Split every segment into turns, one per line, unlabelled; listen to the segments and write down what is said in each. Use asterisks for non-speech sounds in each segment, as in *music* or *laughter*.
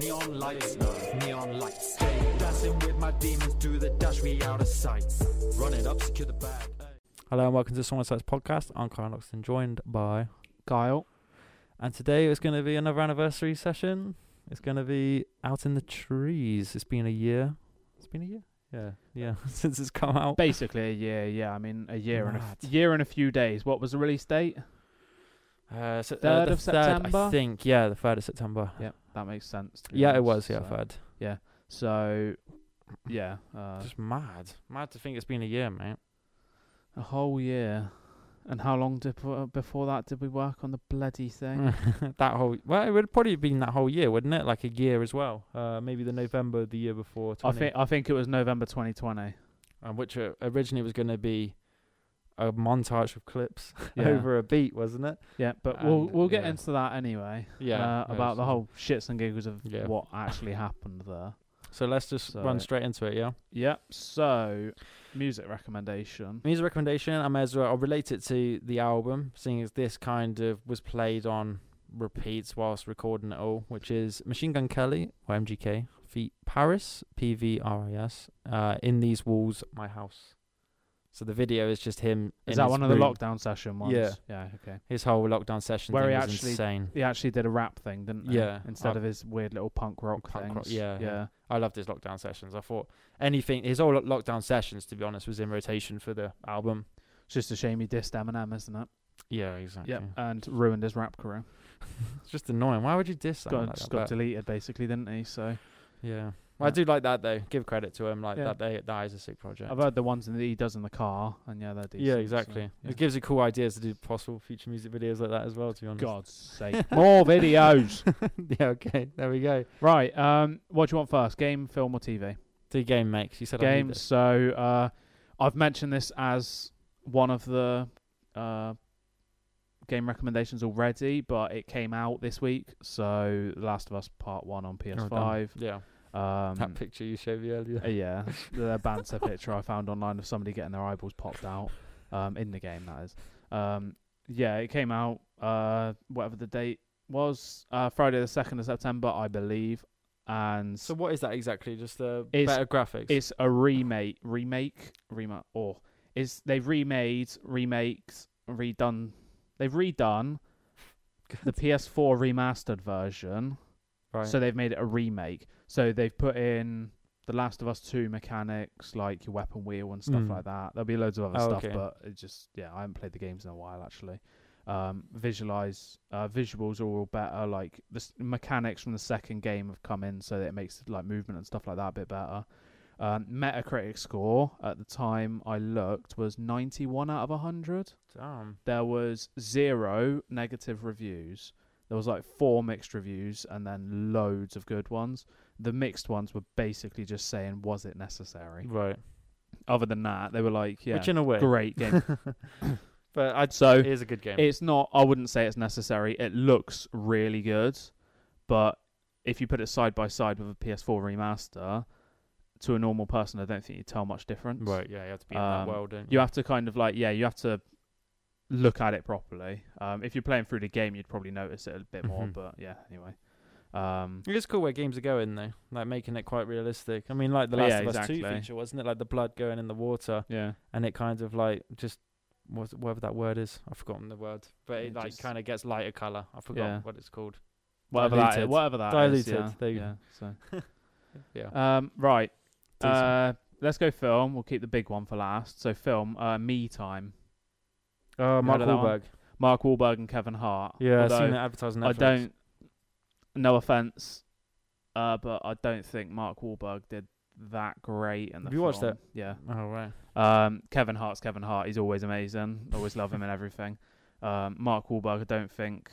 Neon lights, neon lights. Stay dancing with my demons, do the dash, me out of sight. Run it up, secure the bag.
Hello and welcome to Someone Sites Podcast. I'm Kyle Loxton, joined by
Guile.
and today it's going to be another anniversary session. It's going to be out in the trees. It's been a year. It's been a year. Yeah, yeah, *laughs* since it's come out.
Basically a year, yeah. I mean a year and a f-
Mad.
year and a few days. What was the release date?
Uh, so, uh,
Third
the
of
I
September?
think. Yeah, the third of September.
Yeah, that makes sense. to be
Yeah, it
honest,
was. Yeah,
so.
third.
So yeah, uh,
Just mad, mad to think it's been a year, mate.
a whole year. And how long did uh, before that did we work on the bloody
*laughs*
thing?
that whole well, it would probably have been that whole year, wouldn't it? Like a year as well. Uh, maybe the November of the year before. 20.
I think I think it was November *laughs* 2020.
and which uh, originally was going to be a montage of clips
Yeah.
over a beat, wasn't it?
Yeah, but we'll
And,
we'll get
yeah.
into that anyway.
Yeah,
uh, about the
so-
whole shits and giggles of
Yeah.
what actually happened there.
So let's just
So-
run straight into it. Yeah,
Yep. So, music recommendation.
music recommendation. I may as well. I'll relate it to the album, seeing as this kind of was played on repeats whilst recording it all, which is Machine Gun Kelly or MGK feat Paris P V R I S. Uh, in these walls, my house. So the video is just him.
Is
in
that
his
one of the
room.
lockdown session ones?
Yeah.
Yeah. Okay.
His whole lockdown session
Where
thing
he
was
actually-
insane.
He actually did a rap thing, didn't he?
Yeah,
Instead
I-
of his weird little punk rock
Punk
things.
rock, yeah, yeah.
Yeah.
I loved his lockdown sessions. I thought anything his whole lo- lockdown sessions, to be honest, was in rotation for the album.
It's just a shame he dissed Eminem, isn't it?
Yeah, exactly.
Yep. And ruined his rap career.
It's just annoying. Why would you diss that?
Got,
like
just
that?
got
But-
deleted basically, didn't he? So
yeah. Well, I
Yeah.
do like that though. Give credit to him. Like
Yeah.
that, they, that is a sick project.
I've heard the ones that he does in the car, and yeah, they're decent.
yeah,
so,
exactly.
yeah.
It gives you cool ideas to do possible future music videos like that as well. To be honest.
God's sake, more videos.
*laughs* yeah. Okay. There we go.
Right. Um, what do you want first? Game, film, or TV?
The game makes. You said I need
game.
this.
So uh, I've mentioned this as one of the uh, game recommendations already, but it came out this week. So Last of Us Part One on
Oh, damn.
PS5.
Yeah. Hmm.
um,
That picture you showed me earlier.
uh, yeah, the banter picture I found online of somebody getting their eyeballs popped out um, in the game. That is. Um, yeah, it came out uh, whatever the date was, uh, Friday the second of September, I believe, and.
So what is that exactly? Just uh,
It's-
better graphics. *laughs*
It's a remake, remake, remake, or is they've remade, remakes, redone. They've redone the PS4 remastered version,
right.
so they've made it a remake. So they've put in the Last of Us Two mechanics, like your weapon wheel and stuff
Mm.
like that. There'll be loads of other
Oh,
stuff,
okay.
but it just yeah, I haven't played the games in a while actually. Um, visualize uh, visuals are all better. Like the s- mechanics from the second game have come in, so that it makes like movement and stuff like that a bit better. Um, Metacritic score at the time I looked was 91 out of 100.
Damn.
There was zero negative reviews. There was like four mixed reviews and then loads of good ones. The mixed ones were basically just saying, was it necessary?
Right.
Other than that, they were like, yeah,
Which in a way.
great
*laughs*
game.
But I'd
so
It is a good game.
it's not, I wouldn't say it's necessary. It looks really good, but if you put it side by side with a PS4 remaster, to a normal person, I don't think you'd tell much difference.
right, yeah, you have to be in
Um,
that world, don't you?
you have to kind of like yeah you have to look at it properly um if you're playing through the game you'd probably notice it a bit more
Mhm.
but yeah anyway um
It is cool where games are going though, like making it quite realistic. I mean, like the
Oh, Yeah,
Last of Us Two
exactly.
feature, wasn't it? Like the blood going in the water,
yeah
and it kind of like just what whatever that word is, I've forgotten the word, but it,
It
like
just-
kind of gets lighter color. I forgot
Yeah.
what it's called.
whatever that is,
Diluted.
whatever that is,
Diluted,
yeah,
there you
yeah,
go. Yeah,
so um right
Decent.
uh let's go film we'll keep the big one for last so film uh me time
uh, Mark
of that one?
Wahlberg.
mark Wahlberg and kevin hart
Yeah, I've
Although
seen it advertised. on
i
Netflix.
don't no offense uh but i don't think mark Wahlberg did that great in the
Have you watched
film.
it?
yeah
Oh right.
Um, Kevin Hart's Kevin Hart. He's always amazing. Always love him and everything. Um, Mark Wahlberg. I don't think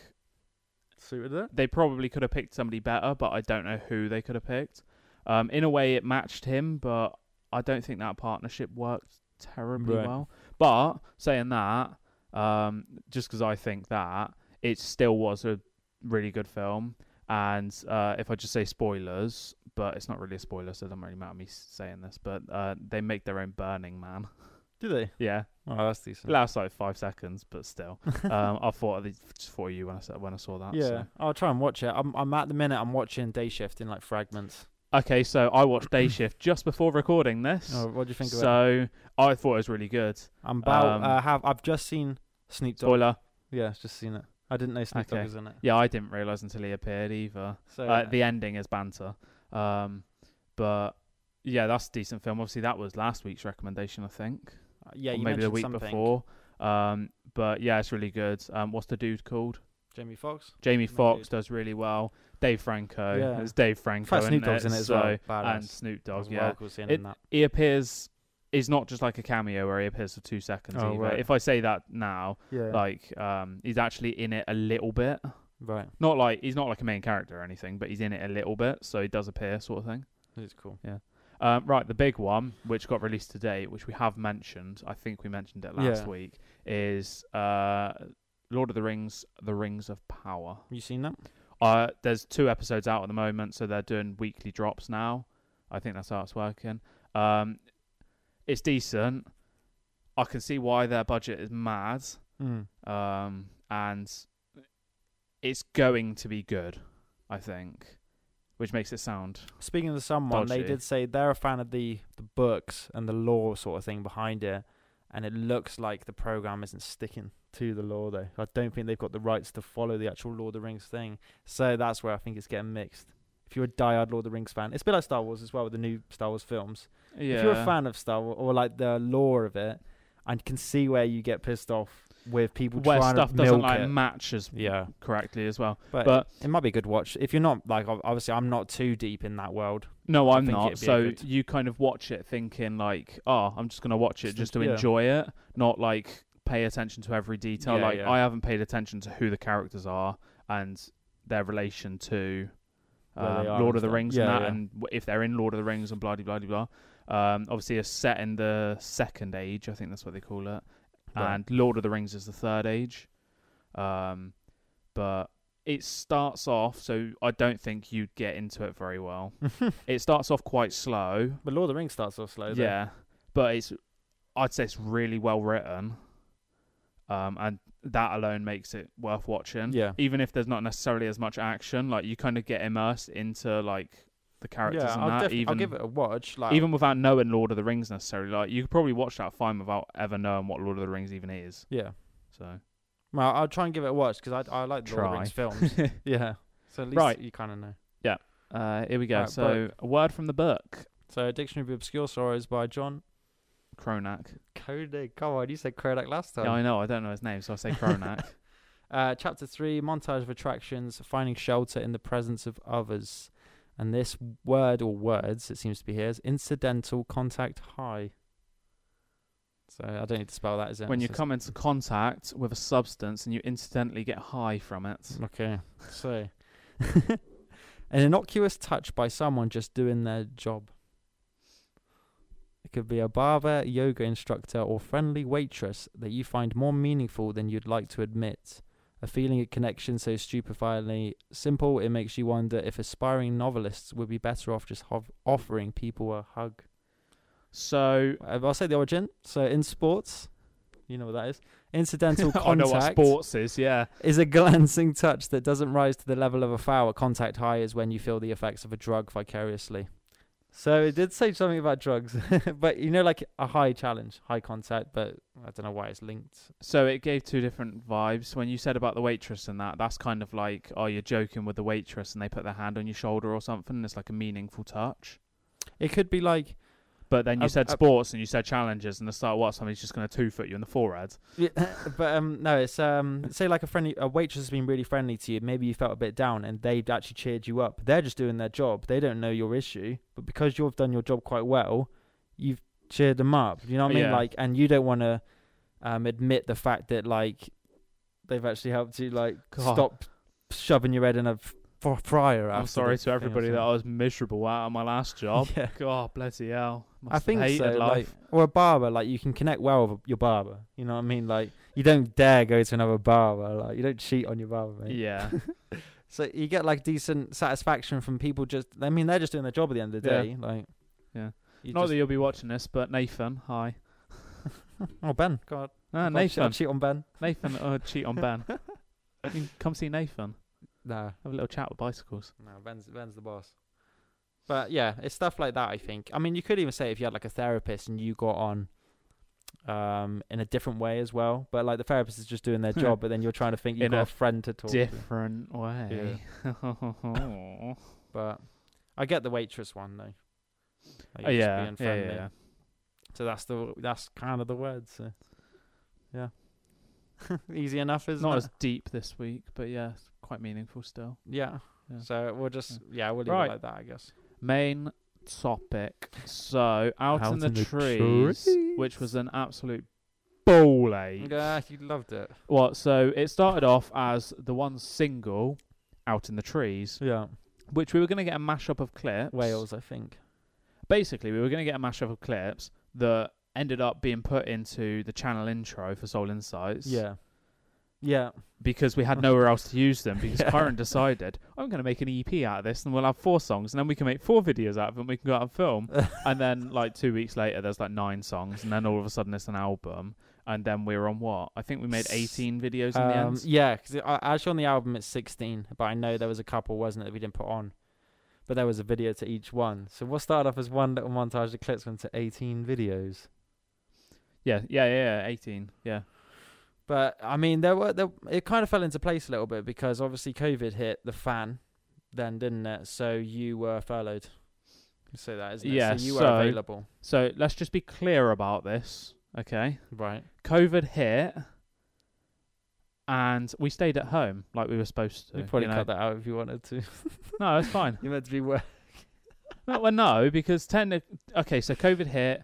Suited it.
they probably could have picked somebody better, but I don't know who they could have picked. Um, in a way, it matched him, but I don't think that partnership worked terribly
Right.
well. But saying that, um, just because I think that it still was a really good film. And uh, if I just say spoilers, but it's not really a spoiler, so it doesn't really matter me saying this. But uh, they make their own Burning Man. *laughs*
Do they?
Yeah,
Oh, that's decent.
lasts like five seconds, but
*laughs*
still. um, I thought of the- just thought of you when I saw, when I saw that.
yeah,
so.
I'll try and watch it. I'm, I'm at the minute. I'm watching Day Shift in like fragments.
Okay, so I watched
*coughs*
Day Shift just before recording this.
Oh, what do you think of it?
so I thought it was really good.
I'm about.
um,
uh, have I've just seen Snoop Dogg.
Spoiler.
Yeah, I've just seen it. I didn't know Snoop
Okay.
Dogg was in it.
Yeah, I didn't realize until he appeared either.
So
Uh, the ending is banter. Um, but yeah, that's a decent film. Obviously, that was last week's recommendation, I think.
uh, yeah,
or
you
maybe the
mentioned
week
something.
before. Um, but yeah, it's really good. Um, what's the dude called?
Jamie Foxx.
Jamie
Some
Foxx
dude.
does really well. Dave Franco.
Yeah.
It's Dave
In
Franco.
fact, Snoop
isn't
Dogg's in it as
So-
well. Badass.
And Snoop
That was
Dogg, yeah.
well cool seeing
It-
him in that.
He appears. Is not just like a cameo where he appears for two seconds.
Oh,
either.
right.
If I say that now,
Yeah.
like um, he's actually in it a little bit.
right.
Not like he's not like a main character or anything, but he's in it a little bit, so he does appear, sort of thing.
It's cool.
Um, right, the big one, which got released today, which we have mentioned, I think we mentioned it last
Yeah.
week, is uh, Lord of the Rings: The Rings of Power.
You seen that?
Uh, there's two episodes out at the moment, so they're doing weekly drops now. I think that's how it's working. Um, it's decent. I can see why their budget is mad,
Mm.
um, and it's going to be good. I think, which makes it sound
Speaking of someone, they
Dodgy.
did say they're a fan of the the books and the lore sort of thing behind it, and it looks like the program isn't sticking to the lore though. I don't think they've got the rights to follow the actual Lord of the Rings thing, so that's where I think it's getting mixed. If you're a diehard Lord of the Rings fan, it's a bit like Star Wars as well with the new Star Wars films.
yeah.
If you're a fan of Star Wars or like the lore of it, I can see where you get pissed off with people
where
trying
stuff
to
doesn't
milk
like
it.
match as
yeah,
correctly as well.
but,
But
it might be a good watch if you're not like ob- obviously I'm not too deep in that world.
No,
I
I'm
think
not.
it'd be a
So
good-
you kind of watch it thinking like, oh, I'm just gonna watch it
Just
just
en-
to
yeah.
enjoy it, not like pay attention to every detail.
Yeah,
like
yeah.
I haven't paid attention to who the characters are and their relation to
Where
um,
they are
Lord
and
of the
stuff.
Rings
Yeah,
and that,
yeah.
and w- if they're in Lord of the Rings and blah de blah de blah. Um, obviously, it's set in the Second Age, I think that's what they call it,
*laughs* Right.
and Lord of the Rings is the Third Age. Um, but it starts off, so I don't think you'd get into it very well. It starts off quite slow.
But Lord of the Rings starts off slow. Though.
Yeah. But it's I'd say it's really well written. Um and that alone makes it worth watching.
Yeah.
Even if there's not necessarily as much action, like you kind of get immersed into like the characters
yeah,
and
I'll,
that
definitely-
even
I'll give it a watch. Like,
even without knowing Lord of the Rings necessarily. Like you could probably watch that fine without ever knowing what Lord of the Rings even is.
yeah,
So
well, I'll try and give it a watch because I I like the Lord of the Rings films.
*laughs*
yeah, so at least
Right.
you kind of know.
uh here we go.
Right,
so a word from the book,
So, Dictionary of Obscure Sorrows by John
Cronak.
Kodak. Come on, you said Kodak last time.
Yeah, I know, I don't know his name, so I say
*laughs*
Cronak.
Uh, chapter three: Montage of attractions, finding shelter in the presence of others. And this word or words, it seems to be here, is incidental contact high. So I don't need to spell that, is it?
when
It's
you
just-
come into contact with a substance and you incidentally get high from it.
Okay.
*laughs*
So, an innocuous touch by someone just doing their job. It could be a barber, yoga instructor, or friendly waitress that you find more meaningful than you'd like to admit. A feeling of connection so stupefyingly simple, it makes you wonder if aspiring novelists would be better off just hov- offering people a hug. *laughs*
So
Uh, I'll say the origin. So, in sports, you know what that is. Incidental
*laughs*
contact
I know what sports is, yeah.
is a *laughs* glancing touch that doesn't rise to the level of a foul. Contact high is when you feel the effects of a drug vicariously. So it did say something about drugs, *laughs* but you know, like a high challenge, high contact, but I don't know why it's linked.
So it gave two different vibes. When you said about the waitress and that, that's kind of like, oh, you're joking with the waitress and they put their hand on your shoulder or something. and It's like a meaningful touch.
It could be like,
But then you
Uh,
said
uh,
sports and you said challenges and the start what somebody's just going to two foot you in the forehead.
*laughs* but um, no, it's um, say like a friendly, a waitress has been really friendly to you. Maybe you felt a bit down, and they've actually cheered you up. They're just doing their job. They don't know your issue, but because you've done your job quite well, you've cheered them up. You know what I mean?
Yeah.
Like, and you don't want to um admit the fact that like they've actually helped you
*laughs*
like
God.
stop shoving your head in a f- fr- fryer.
Oh. I'm
after
sorry to
the thing or
everybody that I
something.
was miserable out of my last
*laughs*
job.
Yeah.
God, bloody hell. Must
I
have
think so.
hated
Like, or a barber, like you can connect well with your barber. You know what I mean? Like you don't dare go to another barber. Like you don't cheat on your barber, mate. *laughs*
yeah.
So you get like decent satisfaction from people. Just I mean, they're just doing their job at the end of the
Yeah.
day. Like
Yeah.
you
Not
just-
that you'll be watching this, but Nathan, hi.
Oh, Ben. God.
Ah,
I'll cheat- I'll
Nathan.
cheat on Ben.
Nathan, uh, cheat on Ben. You can come see Nathan.
No.
Have a little chat with bicycles.
No, Ben's Ben's the boss. But yeah, it's stuff like that. I think. I mean, you could even say if you had like a therapist and you got on, um, in a different way as well. But like the therapist is just doing
*laughs*
their job, but then you're trying to think you've
In
got
a
a, friend to talk to.
Different way. *laughs*
But I get the waitress one though. Like,
Oh,
you're just
yeah,
being
yeah, yeah,
friendly.
yeah.
So that's the that's kind of the word. So yeah, *laughs* easy enough, isn't
Not
it?
as deep this week, but yeah, it's quite meaningful still.
yeah.
Yeah.
So we'll just yeah we'll leave
Right.
it like that, I guess.
Main topic. So, Out, in, the, trees, which was an absolute ball ache.
Yeah, you loved it.
Well, so it started off as the one single, Out in the Trees,
Yeah,
which we were going to get a mashup of clips.
Wales, I think.
Basically, we were going to get a mashup of clips that ended up being put into the channel intro for Soul Insights.
Yeah. Yeah.
Because we had
*laughs*
nowhere else to use them because
Yeah.
Kyron decided, I'm going to make an EP out of this and we'll have four songs and then we can make four videos out of it and we can go out and
*laughs*
film. and then, like, two weeks later, there's like nine songs and then all of a sudden it's an album. And then we were on what? I think we made 18 videos in the
Um,
end.
yeah, because actually on the album it's 16, but I know there was a couple, wasn't it, that we didn't put on. But there was a video to each one. So we'll start off as one little montage of clips went to 18 videos.
Yeah, yeah, yeah, yeah, 18. Yeah.
But I mean, there were there, it kind of fell into place a little bit because obviously COVID hit the fan then, didn't it? So you were furloughed. So that isn't
Yeah,
it? So you
so-
were available,
So let's just be clear about this, okay?
right?
COVID hit, and we stayed at home like we were supposed to.
you probably
you know?
cut that out if you wanted to.
No, it's fine.
*laughs* you meant to be work.
*laughs* no, well, no, because technically, okay, so COVID hit.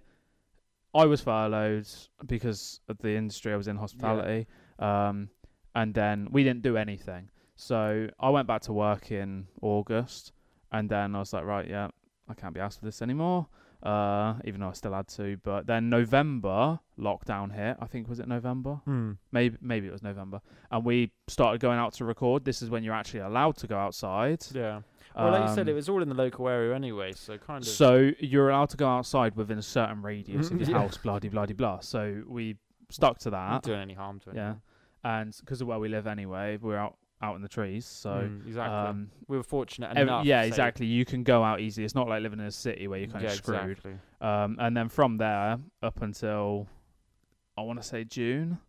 I was furloughed because of the industry I was in, hospitality, um, and then we didn't do anything. So I went back to work in August, and then I was like, right, yeah, I can't be asked for this anymore. Uh, even though I still had to, but then November lockdown hit. I think was it November?
Hmm.
Maybe maybe it was November, and we started going out to record. This is when you're actually allowed to go outside.
Yeah. Well, like you said,
Um,
it was all in the local area anyway, so kind of.
So you're allowed to go outside within a certain radius of
Mhm,
your
*laughs* yeah.
house, blah de blah de blah. So we stuck to
not
that,
doing any harm to it.
yeah. and because of where we live anyway, we're out out in the trees. So
Mm, exactly.
um,
we were fortunate
ev-
enough.
yeah,
to say-
exactly. You can go out easy. It's not like living in a city where you're kind
yeah,
of screwed.
Exactly.
Um, and then from there up until I want to say June,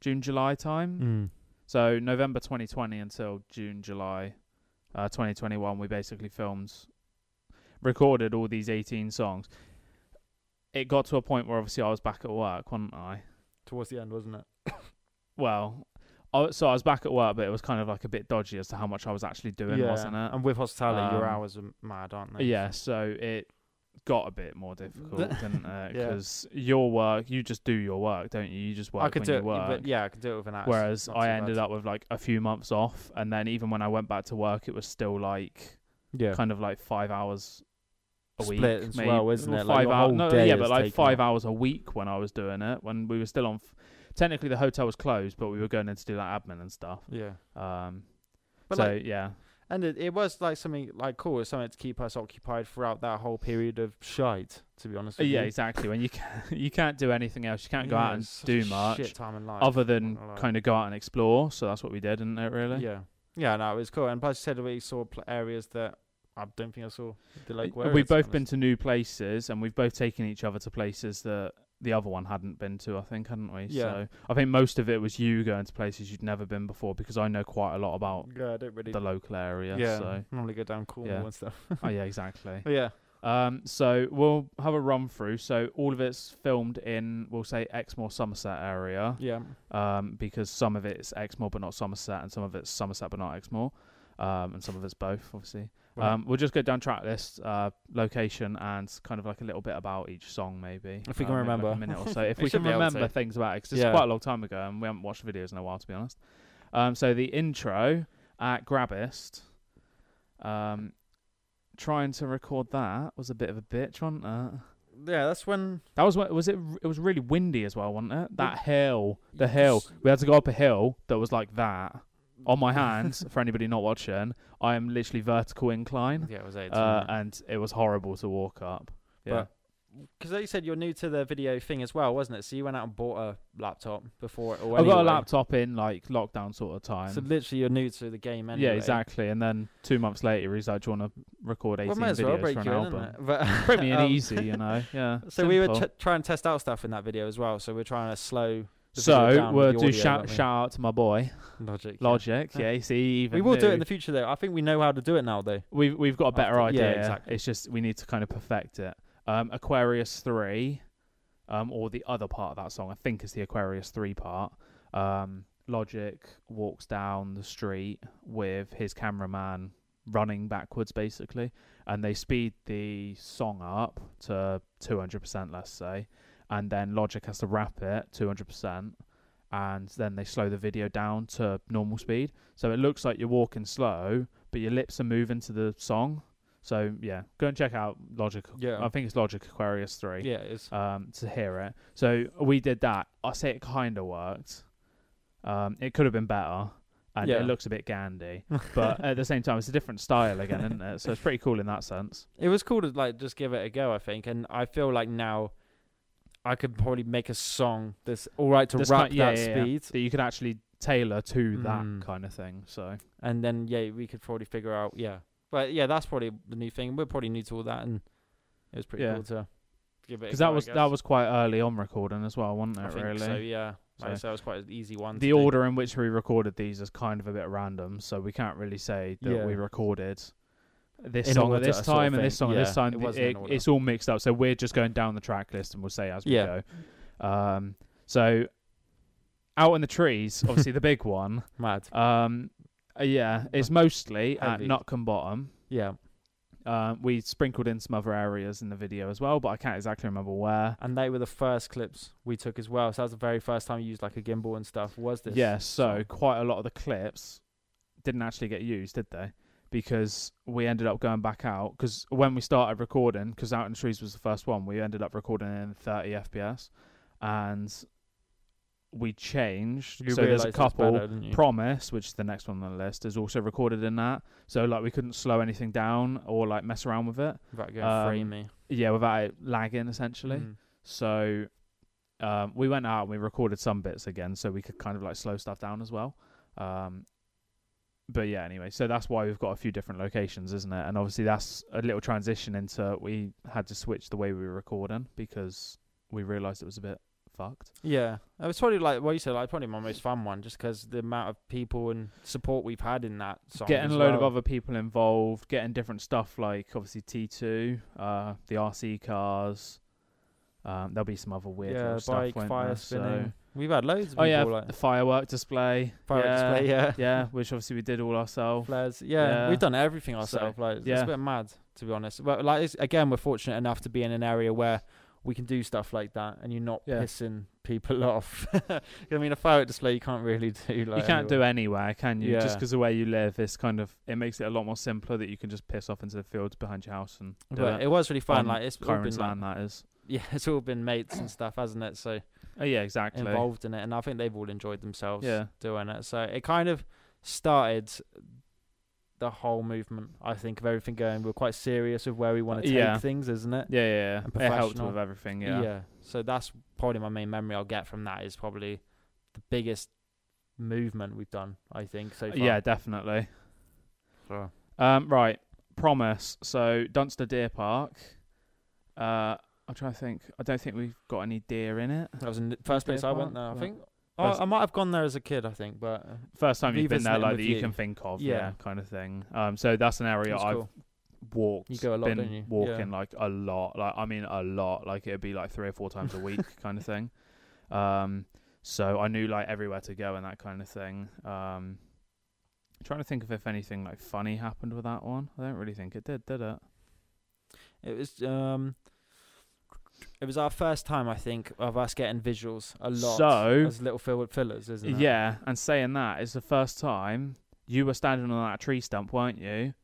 June July time. So November 2020 until June July uh, 2021, we basically filmed, recorded all these 18 songs. It got to a point where obviously I was back at work, wasn't I?
Towards the end, wasn't it?
Well, I, so I was back at work, but it was kind of like a bit dodgy as to how much I was actually doing, wasn't it?
And with hospitality, your
Um,
hours are mad, aren't they?
Yeah, so it got a bit more
*laughs*
difficult, didn't it?
Yeah.
Because your work, you just do your work, don't you? You just work
I could
when
do
you
it,
work.
but yeah, I could do it with an ass.
Whereas I ended up with like a few months off, and then even when I went back to work, it was still like
yeah,
kind of like five hours a week.
Split as
maybe.
well, isn't it? Like,
five
your
hours,
whole
no,
day
yeah,
is
but like
taken
five
up.
hours a week when I was doing it, when we were still on. F- technically, the hotel was closed, but we were going in to do like admin and stuff.
yeah.
Um,
But
so
like,
yeah,
and it, it was like something like cool, it was something to keep us occupied throughout that whole period of shite. To be honest, with
yeah,
you.
exactly. When you can, *laughs* you can't do anything else, you can't go
Yeah,
out and
it's such a
do much
Shit time in life,
other than
not gonna lie.
kind of go out and explore. So that's what we did, isn't it? Really?
Yeah, yeah, no, it was cool. And plus, you said we saw pl- areas that I don't think I saw. The like
Uh, we've both been to new places and we've both taken each other to places that the other one hadn't been to, I think, hadn't we?
Yeah.
So I think most of it was you going to places you'd never been before because I know quite a lot about
Yeah, I don't really.
the local area.
yeah, *laughs*
So
normally go down Cornwall
Yeah.
and stuff. *laughs*
oh yeah, exactly.
But yeah,
Um so we'll have a run through. So all of it's filmed in we'll say Exmoor Somerset area.
yeah,
Um because some of it's Exmoor but not Somerset and some of it's Somerset but not Exmoor. Um and some of it's both, obviously.
Right.
Um, we'll just go down track list, uh, location, and kind of like a little bit about each song, maybe.
If
Uh,
we can
maybe like
remember.
a minute or
*laughs*
so. If
We
we
should
can
be able
remember
to.
things about it, 'cause it's
Yeah.
quite a long time ago, and we haven't watched videos in a while, to be honest. Um, so the intro at Grabist, um, trying to record that was a bit of a bitch, wasn't it?
yeah. That's when
That was what was it? It was really windy as well, wasn't it? That hill, the
You
hill.
just-
We had to go up a hill that was like that. On my hands, for anybody not watching, I
*laughs*
am literally vertical incline
yeah, it was eighteen.
uh, and it was horrible to walk up. Yeah,
But because like you said you're new to the video thing as well, wasn't it? So you went out and bought a laptop before it all.
I got a
anyway.
laptop in like lockdown sort of time.
So literally, you're new to the game anyway.
Yeah, exactly. And then two months later, he's like, "Do you want to record 18
Well, might as
videos
well break
for an
you in,
album?"
innit?
*laughs*
But
Pretty
*laughs* um,
easy, you know. Yeah.
So we were
simple.
t- trying to test out stuff in that video as well. So we're trying to slow the video
so
down with
we'll
the
do
audio,
shout
won't we?
shout out to my boy
logic. yeah.
Logic.
Yeah.
Yeah, you see, he even
We will do it
knew.
in the future though. I think we know how to do it now though.
We've we've got a better
After- yeah,
idea.
exactly.
It's just we need to kind of perfect it. Um, Aquarius three, um, or the other part of that song, I think is the Aquarius three part. Um, Logic walks down the street with his cameraman running backwards basically, and they speed the song up to two hundred percent, let's say, and then Logic has to rap it two hundred percent. And then they slow the video down to normal speed, so it looks like you're walking slow, but your lips are moving to the song. So yeah, go and check out Logic.
Yeah.
I think it's Logic Aquarius three.
Yeah, it is.
Um, to hear it. So we did that. I say it kind of worked. Um, it could have been better, and
Yeah.
it looks a bit
*laughs*
gandy. But at the same time, it's a different style again, isn't it? So it's pretty cool in that sense.
It was cool to like just give it a go. I think, and I feel like now I could probably make a song that's all right to
This
rap
kind- yeah,
that
yeah, yeah.
speed,
That you could actually tailor to
Mm.
that kind of thing. So
and then yeah, we could probably figure out yeah. But yeah, that's probably the new thing. We're probably new to all that, and it was pretty
Yeah.
cool to
because
give it. Because
that was that was quite early on recording as well, wasn't it?
I think
really.
so. Yeah, like I
So-
said, it was quite an easy one. to
the
do.
order in which we recorded these is kind of a bit random, so we can't really say that
Yeah.
we recorded this
In
song
order,
at this
sort of
time and this
thing.
song at
Yeah,
this time.
it
It
wasn't in
it-
order.
it's all mixed up, so we're just going down the track list and we'll say as we
Yeah.
go. Um, so out in the trees, obviously the
*laughs*
big one.
mad.
Um, uh, yeah, it's mostly at
Heavy.
Nutcombe Bottom.
Yeah,
Um, we sprinkled in some other areas in the video as well, but I can't exactly remember where.
and they were the first clips we took as well. So that was the very first time you used like a gimbal and stuff. Was this?
yeah, so
song.
quite a lot of the clips didn't actually get used, did they? Because we ended up going back out because when we started recording, because Out in the Trees was the first one, we ended up recording in 30 FPS, and we changed.
You
so there's
realised
a
it's
couple.
better, didn't you?
Promise, which is the next one on the list, is also recorded in that. So like we couldn't slow anything down or like mess around with it.
Without going um,
um,
me.
Yeah, without it lagging essentially.
Mm.
So um, we went out and we recorded some bits again, so we could kind of like slow stuff down as well. Um, but yeah, anyway, so that's why we've got a few different locations, isn't it? And obviously that's a little transition into we had to switch the way we were recording because we realised it was a bit fucked.
Yeah, it was probably like what you said, like probably my most fun one, just because the amount of people and support we've had in that song.
getting
as
a load of
well.
other people involved, getting different stuff like obviously T two, uh, the RC cars. Um, there'll be some other weird
yeah,
little
bike,
stuff. won't
fire
there? So-
spinning. We've had loads of
Oh
people
yeah,
like
the firework display.
fire display, yeah,
*laughs* yeah, which obviously we did all ourselves.
flares, yeah.
Yeah.
We've done everything
So,
ourselves. like it's
yeah.
a bit mad to be honest. But like it's, again, we're fortunate enough to be in an area where we can do stuff like that, and you're not
Yeah.
pissing people *laughs* off. 'Cause, I mean, a firework display you can't really *laughs* do. Like
you can't do anywhere, can you? Just
Yeah.
'cause the way you live is kind of it makes it a lot more simpler that you can just piss off into the fields behind your house and do
But
it.
it was really fun.
on
Like it's all been
Kyron's
like,
land that is.
*laughs* yeah, it's all been mates and stuff, hasn't it? So
Oh yeah, exactly.
involved in it, and I think they've all enjoyed themselves
Yeah.
doing it. So it kind of started the whole movement. I think of everything going. We're quite serious with where we want to take
Uh, Yeah.
things, isn't it?
Yeah, yeah,
and
yeah. It helped
professional.
with everything. Yeah.
So that's probably my main memory I'll get from that is probably the biggest movement we've done. I think so far.
Uh, yeah, definitely.
So-
Um, right, promise. So Dunster Deer Park. Uh, I'm trying to think. I don't think we've got any deer in it.
That was the first place
Deer
I
Park?
went. There, I
Yeah.
think. Oh,
First-
I, I might have gone there as a kid, I think, but uh,
First time you've been
Revisiting
there,
it
like
with
that you
you.
can think of,
Yeah.
yeah, kind of thing. Um, so that's an area
it's
I've
cool.
walked.
You go a lot,
been
don't you? Yeah.
Walking like a lot. Like I mean, a lot. Like it'd be like three or four times a
*laughs*
week, kind of thing. Um, so I knew like everywhere to go and that kind of thing. Um, trying to think of if anything like funny happened with that one. I don't really think it did, did it?
It was um, it was our first time, I think, of us getting visuals a lot
So-
as little fill- fillers, isn't it?
Yeah. And saying that, it's the first time you were standing on that tree stump, weren't you?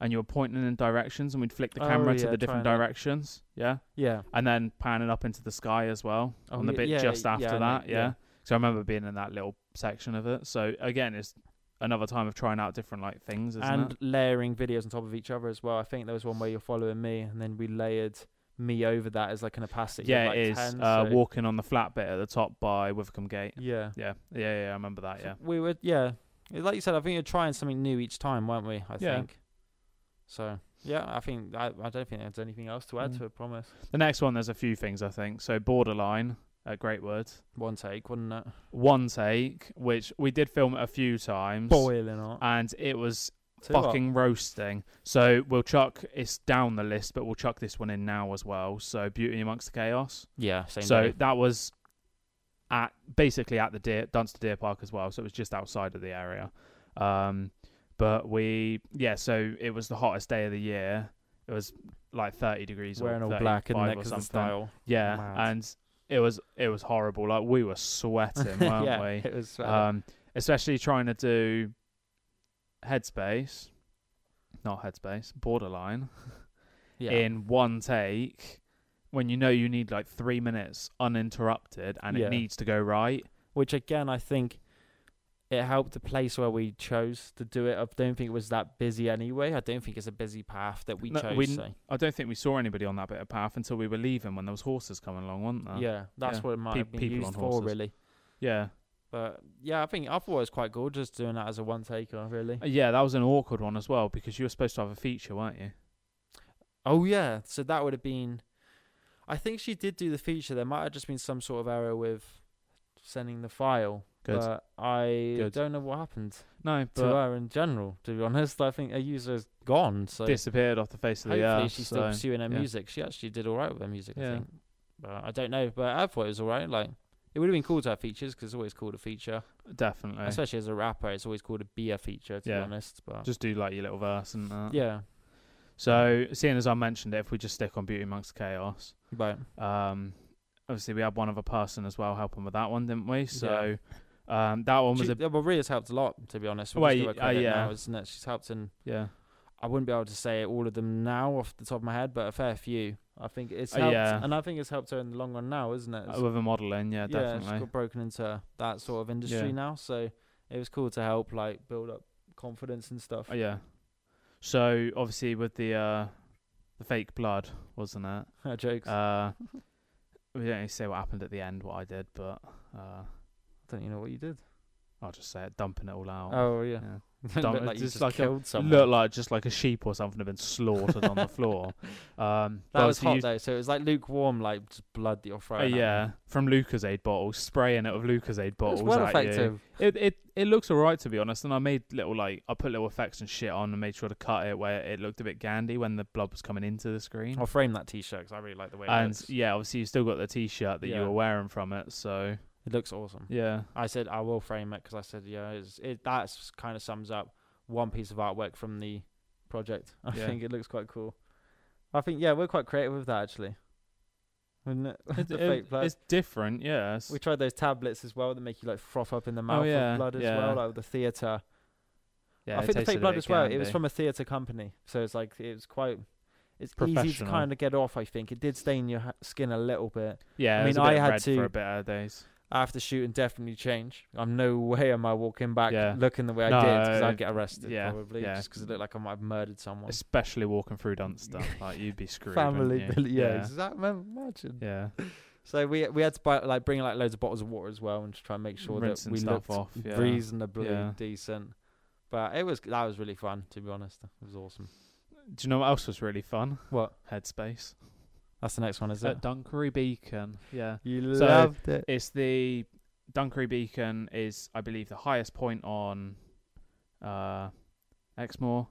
And you were pointing in directions, and we'd flick the
Oh,
camera
yeah,
to the different
trying to-
directions. Yeah.
yeah.
and then panning up into the sky as well
Oh,
on the
ye-
bit
yeah,
just
yeah,
after
I know,
that. Yeah.
yeah.
So I remember being in that little section of it. So again, it's another time of trying out different like things, isn't
and
it?
layering videos on top of each other as well. I think there was one where you're following me, and then we layered me over that as like an opacity. of,
yeah,
like
it is.
10,
uh,
so-
Walking on the flat bit at the top by Withercombe Gate.
Yeah.
Yeah, yeah, yeah. I remember that. Yeah.
We were, yeah. Like you said, I think you're trying something new each time, weren't we? I
Yeah.
think. So yeah, I think I, I don't think there's anything else to add
Mm.
to it. Promise.
The next one, there's a few things I think. So borderline at Great Wood,
One take, wouldn't it?
one take, which we did film it a few times,
Boiling hot.
and it was
Too hot.
fucking roasting. So we'll chuck. It's down the list, but we'll chuck this one in now as well. So beauty amongst the chaos.
Yeah. Same
so
day.
that was at basically at the deer, Dunster Deer Park as well. So it was just outside of the area. Um, but we yeah, so it was the hottest day of the year. It was like thirty degrees.
Wearing
or
all black
35
and
or
Nexus
something.
style.
Yeah,
Mad.
and it was it was horrible. Like we were
*laughs*
sweating, weren't
yeah,
we?
it was. uh,
Um, especially trying to do headspace, not headspace, borderline
yeah.
in one take when you know you need like three minutes uninterrupted and
Yeah.
it needs to go right.
Which again, I think it helped the place where we chose to do it. I don't think it was that busy anyway. I don't think it's a busy path that we
No,
chose.
we-
so.
I don't think we saw anybody on that bit of path until we were leaving when there was horses coming along, weren't there?
yeah, that's
yeah.
what it might
Pe-
have been
people
used
on
for,
horses.
really.
yeah,
But yeah, I think I thought it was quite good just doing that as a one taker, really.
Uh, yeah. That was an awkward one as well because you were supposed to have a feature, weren't you?
Oh yeah, so that would have been. I think she did do the feature. There might have just been some sort of error with sending the file,
Good.
but I
Good.
don't know what happened
no,
to
but
her in general. To be honest, I think her user's gone. So
disappeared off the face of
hopefully
the earth.
she's
so-
still pursuing her
yeah.
music. She actually did all right with her music, I
Yeah.
think. But I don't know. But I thought it was all right. Like it would have been cool to have features because it's always cool to feature,
Definitely.
especially as a rapper. It's always cool to be a feature, to
Yeah.
be honest. But
Just do like your little verse and that.
yeah,
So, seeing as I mentioned it, if we just stick on Beauty Amongst Chaos,
but
um, obviously we had one other person as well helping with that one, didn't we? So, um, that one was
She,
a
yeah, well, Ria's helped a lot, to be honest.
Well,
Well,
y- uh,
yeah.
yeah.
Now, isn't it? She's helped in.
yeah,
I wouldn't be able to say all of them now off the top of my head, but a fair few. I think it's
Uh,
helped,
yeah.
and I think it's helped her in the long run now, isn't it?
uh, with a modelling, yeah,
It's- yeah,
definitely.
she's got broken into that sort of industry
Yeah.
now, so it was cool to help like build up confidence and stuff. *laughs*
Uh, yeah. So obviously with the uh, the fake blood, wasn't it?
Jokes.
Uh, we don't need to say what happened at the end, what I did, but uh,
I don't you know what you did?
I'll just say it, dumping it all out.
Oh yeah, *laughs*
yeah.
Looked
Dumb-
like you
just
just
like a-
killed someone.
Looked like just like a sheep or something had been slaughtered on the
*laughs*
floor. Um, but
that was
obviously
hot
you-
though, so it was like lukewarm, like just blood that you're
Uh,
throwing. at
yeah,
them.
from Lucas Aid bottles, spraying it with Lucas Aid
it
bottles.
was well
at
effective.
You. It it it looks alright to be honest. And I made little like I put little effects and shit on and made sure to cut it where it looked a bit gandy when the blood was coming into the screen.
I'll frame that T-shirt 'cause I really like the way it
and
looks.
yeah, obviously you still got the T-shirt that you
Yeah.
were wearing from it. So
It looks awesome.
yeah,
I said I will frame it because I said yeah, it's, it that kind of sums up one piece of artwork from the project. *laughs* I
Yeah.
think it looks quite cool. I think yeah, we're quite creative with that actually. Wouldn't it? *laughs*
it,
the
it-
fake blood.
it's different. Yes.
We tried those tablets as well that make you like froth up in the mouth
Oh, yeah,
with blood as
yeah.
well, like with the theatre.
yeah,
I
it
think the
tasted a
fake blood
bit
as well. It was
gandy.
from a theatre company, so it's like it was quite. It's easy to
Professional.
kind of get off. I think it did stain your ha- skin a little bit.
Yeah,
I
it was
mean,
a
I
bit
had
red
to-
for a bit of days.
after shooting definitely change. I'm no *laughs* way am I walking back
Yeah.
looking the way I did because
No, uh,
I'd get arrested
yeah,
probably
yeah.
just because it looked like I might have murdered someone.
Especially walking through Dunster,
*laughs*
like you'd be screwed.
Oh. Family,
wouldn't you?
bill- yeah, exact- man, imagine.
yeah.
So we we had to buy like bring like loads of bottles of water as well and to try and make sure
Rinse
that
and
we
stuff
looked
off, yeah.
reasonably
Yeah.
decent. But it was that was really fun to be honest. It was awesome.
Do you know what else was really fun?
What?
Headspace.
That's the next one, is it?
At Dunkery Beacon. Yeah.
you
Uh, So-
loved it.
It's the Dunkery Beacon is I believe the highest point on uh Exmoor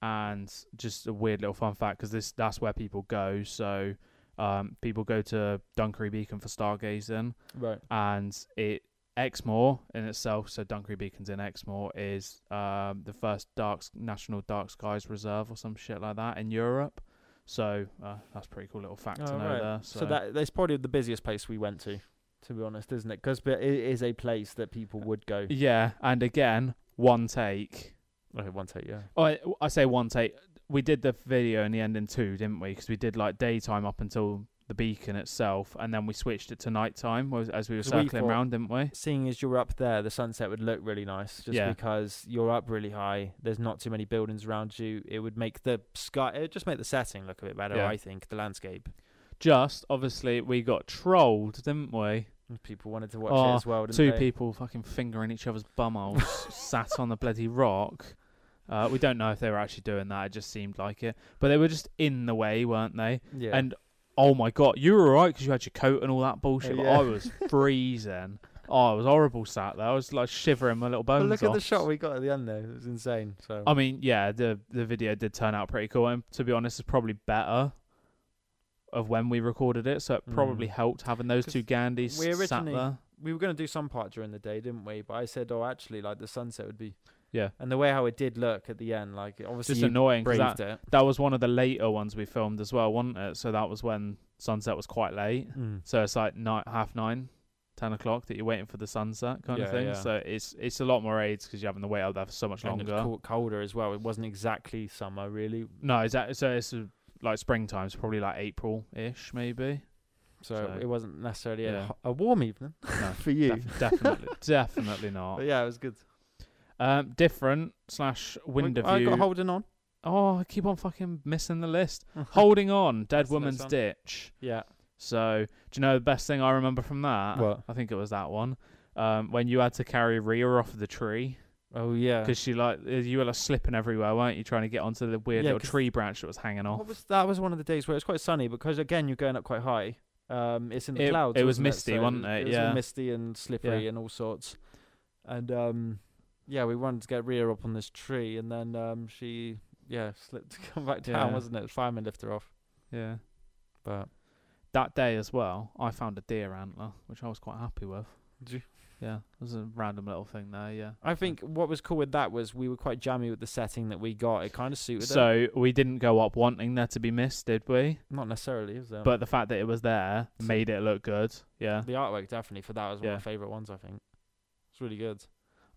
and just a weird little fun fact because this that's where people go so um people go to Dunkery Beacon for stargazing
Right.
and it Exmoor in itself so Dunkery Beacon's in Exmoor is um the first dark s- national dark skies reserve or some shit like that in Europe so uh, that's a pretty cool little fact to
Oh,
know
right.
there
So, that that's probably the busiest place we went to, to be honest, isn't it? Because it is a place that people
Uh,
would go.
Yeah, and again, one take.
Okay, one take, yeah.
Oh, I, I say one take. We did the video in the end in two, didn't we? Because we did like daytime up until the beacon itself, and then we switched it to nighttime was- as we were
So we
circling
thought-
round, didn't we?
seeing as you're up there, the sunset would look really nice just
Yeah.
because you're up really high. There's not too many buildings around you. It would make the sky, it would just make the setting look a bit better,
Yeah.
I think, the landscape.
Just obviously we got trolled, didn't we?
People wanted to watch
Oh,
it as well. Didn't
Two
they?
people fucking fingering each other's
*laughs*
bumholes, sat on the bloody rock. Uh, we don't know if they were actually doing that. It just seemed like it, but they were just in the way, weren't they?
Yeah.
And oh my god, you were alright because you had your coat and all that bullshit.
Uh,
but
yeah.
I
*laughs*
was freezing. Oh, it was horrible sat there. I was like shivering my little bones.
but look at the
off.
shot we got at the end though. It was insane. So
I mean, yeah, the the video did turn out pretty cool, and to be honest, it's probably better of when we recorded it, so it probably
Mm.
helped having those
'Cause
two Gandhis
we
sat
originally-
there.
we were going to do some part during the day, didn't we? But I said, oh, actually, like the sunset would be.
Yeah.
And the way how it did look at the end, like
It's
obviously
just
you
annoying 'cause
braved
that,
it.
that was one of the later ones we filmed as well, wasn't it? So that was when sunset was quite late. So it's like night half nine, ten o'clock that you're waiting for the sunset kind
Yeah,
of thing.
yeah.
So it's it's a lot more aids because you're having to wait out there for so much
And it
longer.
was col- colder as well. It wasn't exactly summer, really.
No, exactly. So it's uh, like springtime, so probably like April ish, maybe.
So,
So-
it wasn't necessarily a,
Yeah.
ho- a warm evening
No,
*laughs* for you.
def-
*laughs*
definitely, definitely not.
But yeah, it was good.
Um, different slash window
I, I
view.
got holding
*laughs*
on.
oh, I keep on fucking missing the list. Holding on,
*laughs*
dead
That's the next
woman's
one.
ditch.
yeah.
So, do you know the best thing I remember from that?
What?
I think it was that one. Um, when you had to carry Rhea off of the tree
Oh yeah.
because she like uh, you were like slipping everywhere, weren't you? Trying to get onto the weird
Yeah,
little
'cause- Oh.
tree branch that was hanging off.
What was that? Was one of the days where it was quite sunny because again you're going up quite high. Um, it's in the
It-
clouds.
it was
wasn't
misty,
So
wasn't
was-
it?
was all
Yeah.
misty and slippery and all sorts. And um, yeah, we wanted to get Rhea up on this tree, and then um, she yeah slipped to come back down,
Yeah.
wasn't it? The fireman lifted her off,
Yeah.
but
That day as well, I found a deer antler, which I was quite happy with.
Did you?
Yeah, it was a random little thing there. Yeah.
I think what was cool with that was we were quite jammy with the setting that we got. It kind of suited. it.
So we didn't go up wanting there to be missed, did we?
not necessarily, is it?
But the fact that it was there made it look good. Yeah.
the artwork definitely for that was one
Yeah.
of my favorite ones. I think it's really good.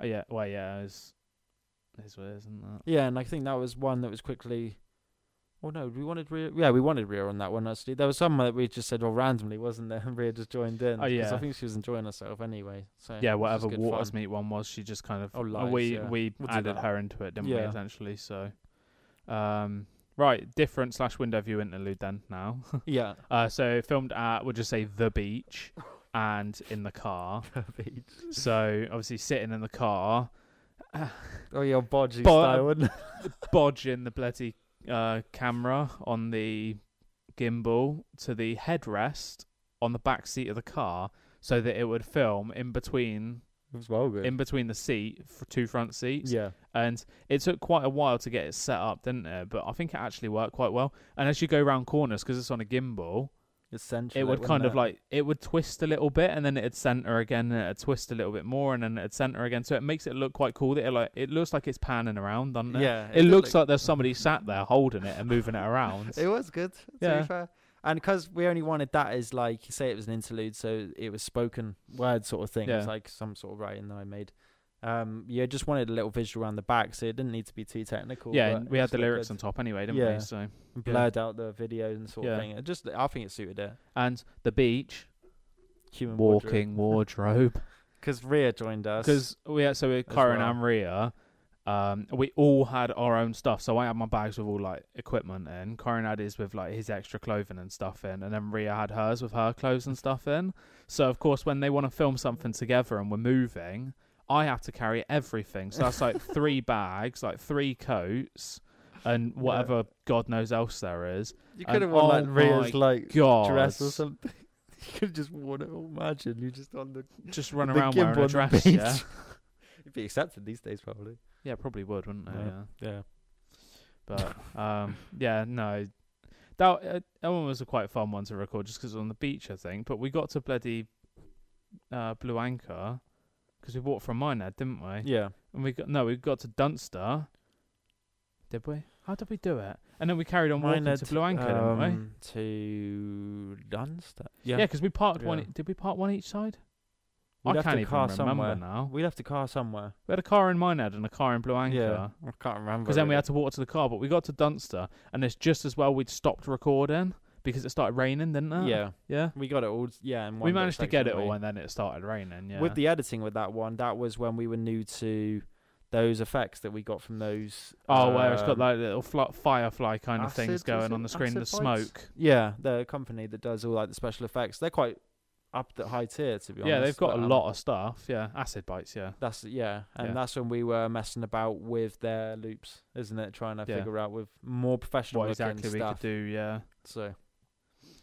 Oh, yeah. Well, yeah. It's it's weird, isn't that?
Yeah, and I think that was one that was quickly. Oh no, we wanted Rhea. Yeah, we wanted Rhea on that one actually. There was some that we just said, well, randomly, wasn't there? *laughs* And Rhea just joined in.
Oh,
'cause
yeah.
I think she was enjoying herself anyway. So
yeah.
it was
Whatever
just good
waters
fun.
meat one was, she just kind of.
Oh,
uh,
lies,
we
yeah.
we
We'll do
added
that.
her into it, didn't we?
Yeah.
Essentially. So, um, right. Different slash window view interlude then now. *laughs*
Yeah,
uh, so filmed at we'll just say the
*laughs*
beach, and in the car. so obviously sitting in the car,
Oh yeah, bodgy
But- um,
style, wouldn't it?
bodging the bloody uh, camera on the gimbal to the headrest on the back seat of the car so that it would film in between
It was well good.
in between the seat for two front seats
yeah,
and it took quite a while to get it set up didn't it but i think it actually worked quite well and as you go round corners because it's on a gimbal
it's central.
it would
wouldn't
kind of like it would twist a little bit and then it'd center again and it'd twist a little bit more and then it'd center again so it makes it look quite cool that it like it looks like it's panning around doesn't it
yeah,
it
did
looks
look-
like there's somebody sat there holding it and moving it around.
*laughs* It was good. To
Yeah.
be fair. And because we only wanted that as like you say it was an interlude, so it was spoken word sort of thing. It was
Yeah.
like some sort of writing that I made. Um, yeah, just wanted a little visual around the back, so it didn't need to be too technical.
yeah,
but
and
it
we had
just
the
looked
lyrics
good.
on top anyway, didn't
Yeah.
we? So
and
yeah.
blurred out the video and sort
Yeah.
of thing. It just I think it suited it.
and the beach
Human
walking wardrobe
because Rhea joined us.
because we had, so we
As
Kyron
well.
and Rhea, um, we all had our own stuff. So I had my bags with all like equipment in. Kyron had his with like his extra clothing and stuff in, and then Rhea had hers with her clothes and stuff in. So of course, when they want to film something together and we're moving, I have to carry everything. So that's
*laughs*
like three bags, like three coats. And
Yeah.
whatever God knows else there is,
you
and
could have worn like
oh
Rhea's
my
like
God.
dress or something. *laughs* you could have just worn it. Oh, imagine you just on the
Just run
the
around wearing
gimp
a
on the
dress.
beach.
Yeah.
*laughs* You'd be accepted these days, probably.
yeah, probably would, wouldn't it?
Yeah.
Yeah.
Yeah.
But um, yeah, no. That, uh, that one was a quite fun one to record just 'cause it was on the beach, I think. But we got to bloody uh, Blue Anchor 'cause we walked from Minehead, didn't we?
Yeah.
And we got no, we got to Dunster. Did we? How did we do it? And then we carried on walking to
Minehead,
Blue Anchor, didn't we?
um, To Dunster.
Yeah, 'cause we parked one.
Yeah.
e- Did we park one each side?
We'd
I
have to
can't even
car
remember
somewhere.
now.
We left a car somewhere.
We had a car in Minehead and a car in Blue Anchor.
I can't remember.
because then we had to walk to the car. But we got to Dunster, and it's just as well we'd stopped recording because it started raining, didn't it?
Yeah,
yeah.
we got it all. Yeah, in one
we
big
managed to get
section,
it
didn't
all,
we?
and then it started raining. Yeah,
With the editing with that one, that was when we were new to those effects that we got from those.
Oh, where it's got
um,
like little fl- firefly kind of
acid-
things
is
going on
it
the screen, the
acid bites?
smoke.
Yeah, the company that does all like the special effects, they're quite up the high tier to be honest.
Yeah, they've got
but,
a
um,
lot of stuff. Yeah, acid bites. Yeah,
That's yeah, and
Yeah.
that's when we were messing about with their loops, isn't it? Trying to
Yeah.
figure out with more professional
what
looking
exactly we could
stuff.
do. Yeah.
So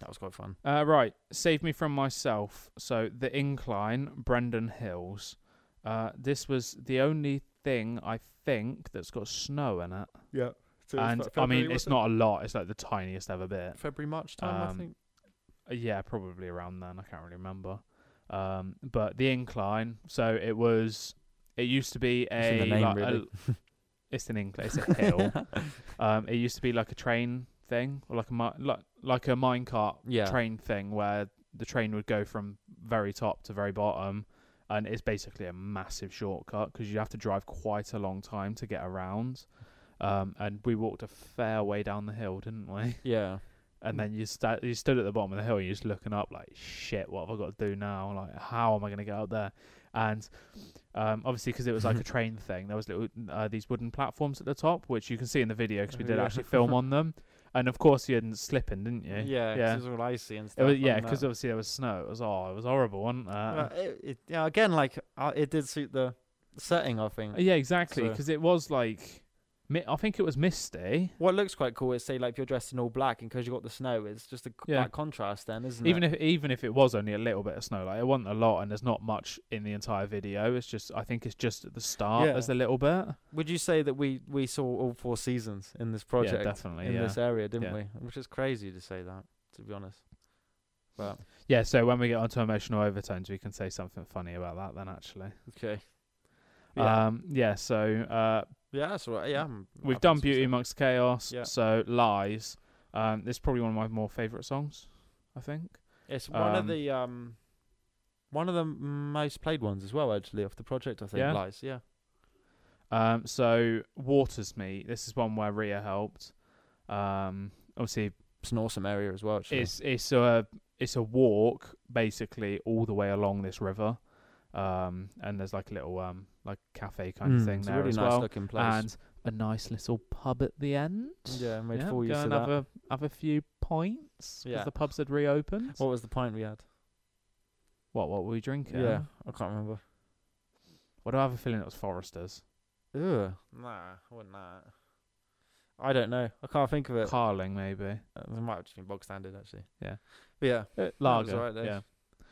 that was quite fun.
Uh, right, save me from myself. So the incline, Brendan Hills. Uh, this was the only thing I think that's got snow in it,
Yeah,
and I mean it's not a lot. It's like the tiniest ever bit.
February March time,
Um,
I think.
Uh, Yeah, probably around then. I can't really remember. Um, but the incline. So it was. It used to be a.
It's in the name,
like, a-
really. *laughs*
it's an incline. It's a hill. um, it used to be like a train thing, or like a mi- like like a minecart
Yeah.
train thing, where the train would go from very top to very bottom, and it's basically a massive shortcut because you have to drive quite a long time to get around. Um, and we walked a fair way down the hill, didn't we?
yeah,
and
Mm.
then you sta you stood at the bottom of the hill and you're just looking up like shit what have i got to do now like how am i going to get up there and um, obviously because it was
*laughs*
like a train thing there was little uh, these wooden platforms at the top which you can see in the video because we
Oh,
did
yeah.
actually film on
*laughs*
them and of course you didn't slip in didn't you
yeah,
yeah
yeah. It was all icy and
it
stuff.
was, yeah, uh,
and, uh,
because obviously there was snow. It was oh, it was horrible, wasn't it?
well, it, it, yeah, again, like uh, it did suit the setting, I think.
yeah, exactly,
so-
because it was like, mi- I think it was misty.
What looks quite cool is say like if you're dressed in all black and because you got the snow, it's just a,
Yeah.
that contrast then, isn't
even
it?
if even if it was only a little bit of snow, like it wasn't a lot, and there's not much in the entire video. It's just I think it's just at the start
Yeah.
as a little bit.
Would you say that we we saw all four seasons in this
Yeah,
project?
definitely.
in
yeah.
this area,
Yeah.
didn't we? Which is crazy to say that, to be honest. But
yeah. So when we get onto emotional overtones, we can say something funny about that. Then actually,
okay, yeah,
um, yeah. So uh,
yeah, that's all right. Yeah, I'm-
we've
I've
done
some
Beauty
stuff.
Amongst Chaos.
Yeah.
So lies. Um, this is probably one of my more favorite songs. I think.
It's one
um,
of the um, one of the most played ones as well, actually, off the project. I think
Yeah?
lies. Yeah,
Um, so waters me. This is one where Ria helped. Um, obviously
it's an awesome area as well. Actually,
It's it's a it's a walk basically all the way along this river, um, and there's like a little um like cafe kind of
Mm,
thing
it's
there
a really
as
nice
well,
looking place.
and a nice little pub at the end.
yeah, I made
Yeah,
full
go
use of
and have
that.
a have a few pints 'cause
Yeah.
the pubs had reopened.
What was the pint we had?
what what were we drinking?
Yeah, I can't remember.
What do I have a feeling it was Foresters,
Ugh. Nah, wouldn't that. I don't know. I can't think of it.
Carling maybe,
Uh, It might have just been bog standard actually.
Yeah.
But yeah, was
Lager.
alright though.
yeah,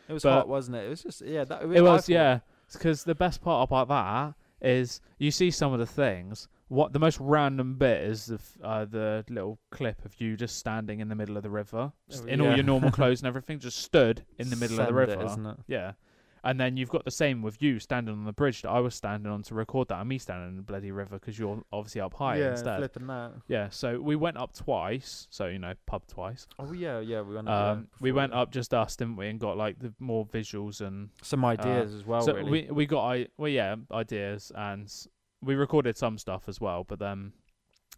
it was
But-
hot, wasn't it? It was just yeah. That, I
It was,
thought-
yeah. Because the best part about that is you see some of the things. What the most random bit is the f- uh, the little clip of you just standing in the middle of the river, just
Oh,
in all
yeah.
your
*laughs*
normal clothes and everything, just stood in the middle of the
Send
river.
it, isn't it?
yeah, and then you've got the same with you standing on the bridge that I was standing on to record that, and me standing in the bloody river because you're obviously up high
yeah,
instead.
flipping that.
Yeah, so we went up twice, so you know, pub twice.
Oh yeah, yeah. We went. up, yeah,
Um, we
before
went
that.
up just us, didn't we, and got like the more visuals and
some ideas as well.
uh, so
Oh, really.
we we got I well yeah ideas and s- we recorded some stuff as well. But then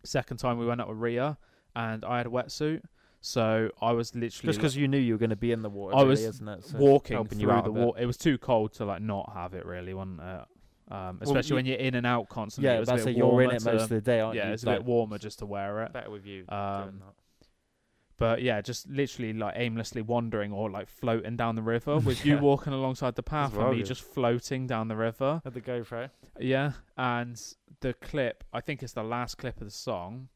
second time we went up with Ria and I had a wetsuit, so I was literally
just because you knew you were going to be in the water.
I
really,
was
isn't it? So
walking
helping
through
you out a
the
bit.
water. It was too cold to like not have it really, wasn't it? Um, especially
you-
when you're in and out constantly. it
Yeah,
was
that's
a bit
it. You're in
warmer
it
to-
most of the day, aren't you?
yeah, it's a
Like,
bit warmer just to wear it.
Better with you.
Um,
doing that.
But yeah, just literally like aimlessly wandering or like floating down the river with you
*laughs* Yeah.
walking alongside the path and me
rugged.
just floating down the river.
Had the GoPro.
Yeah, and the clip, I think it's the last clip of the song,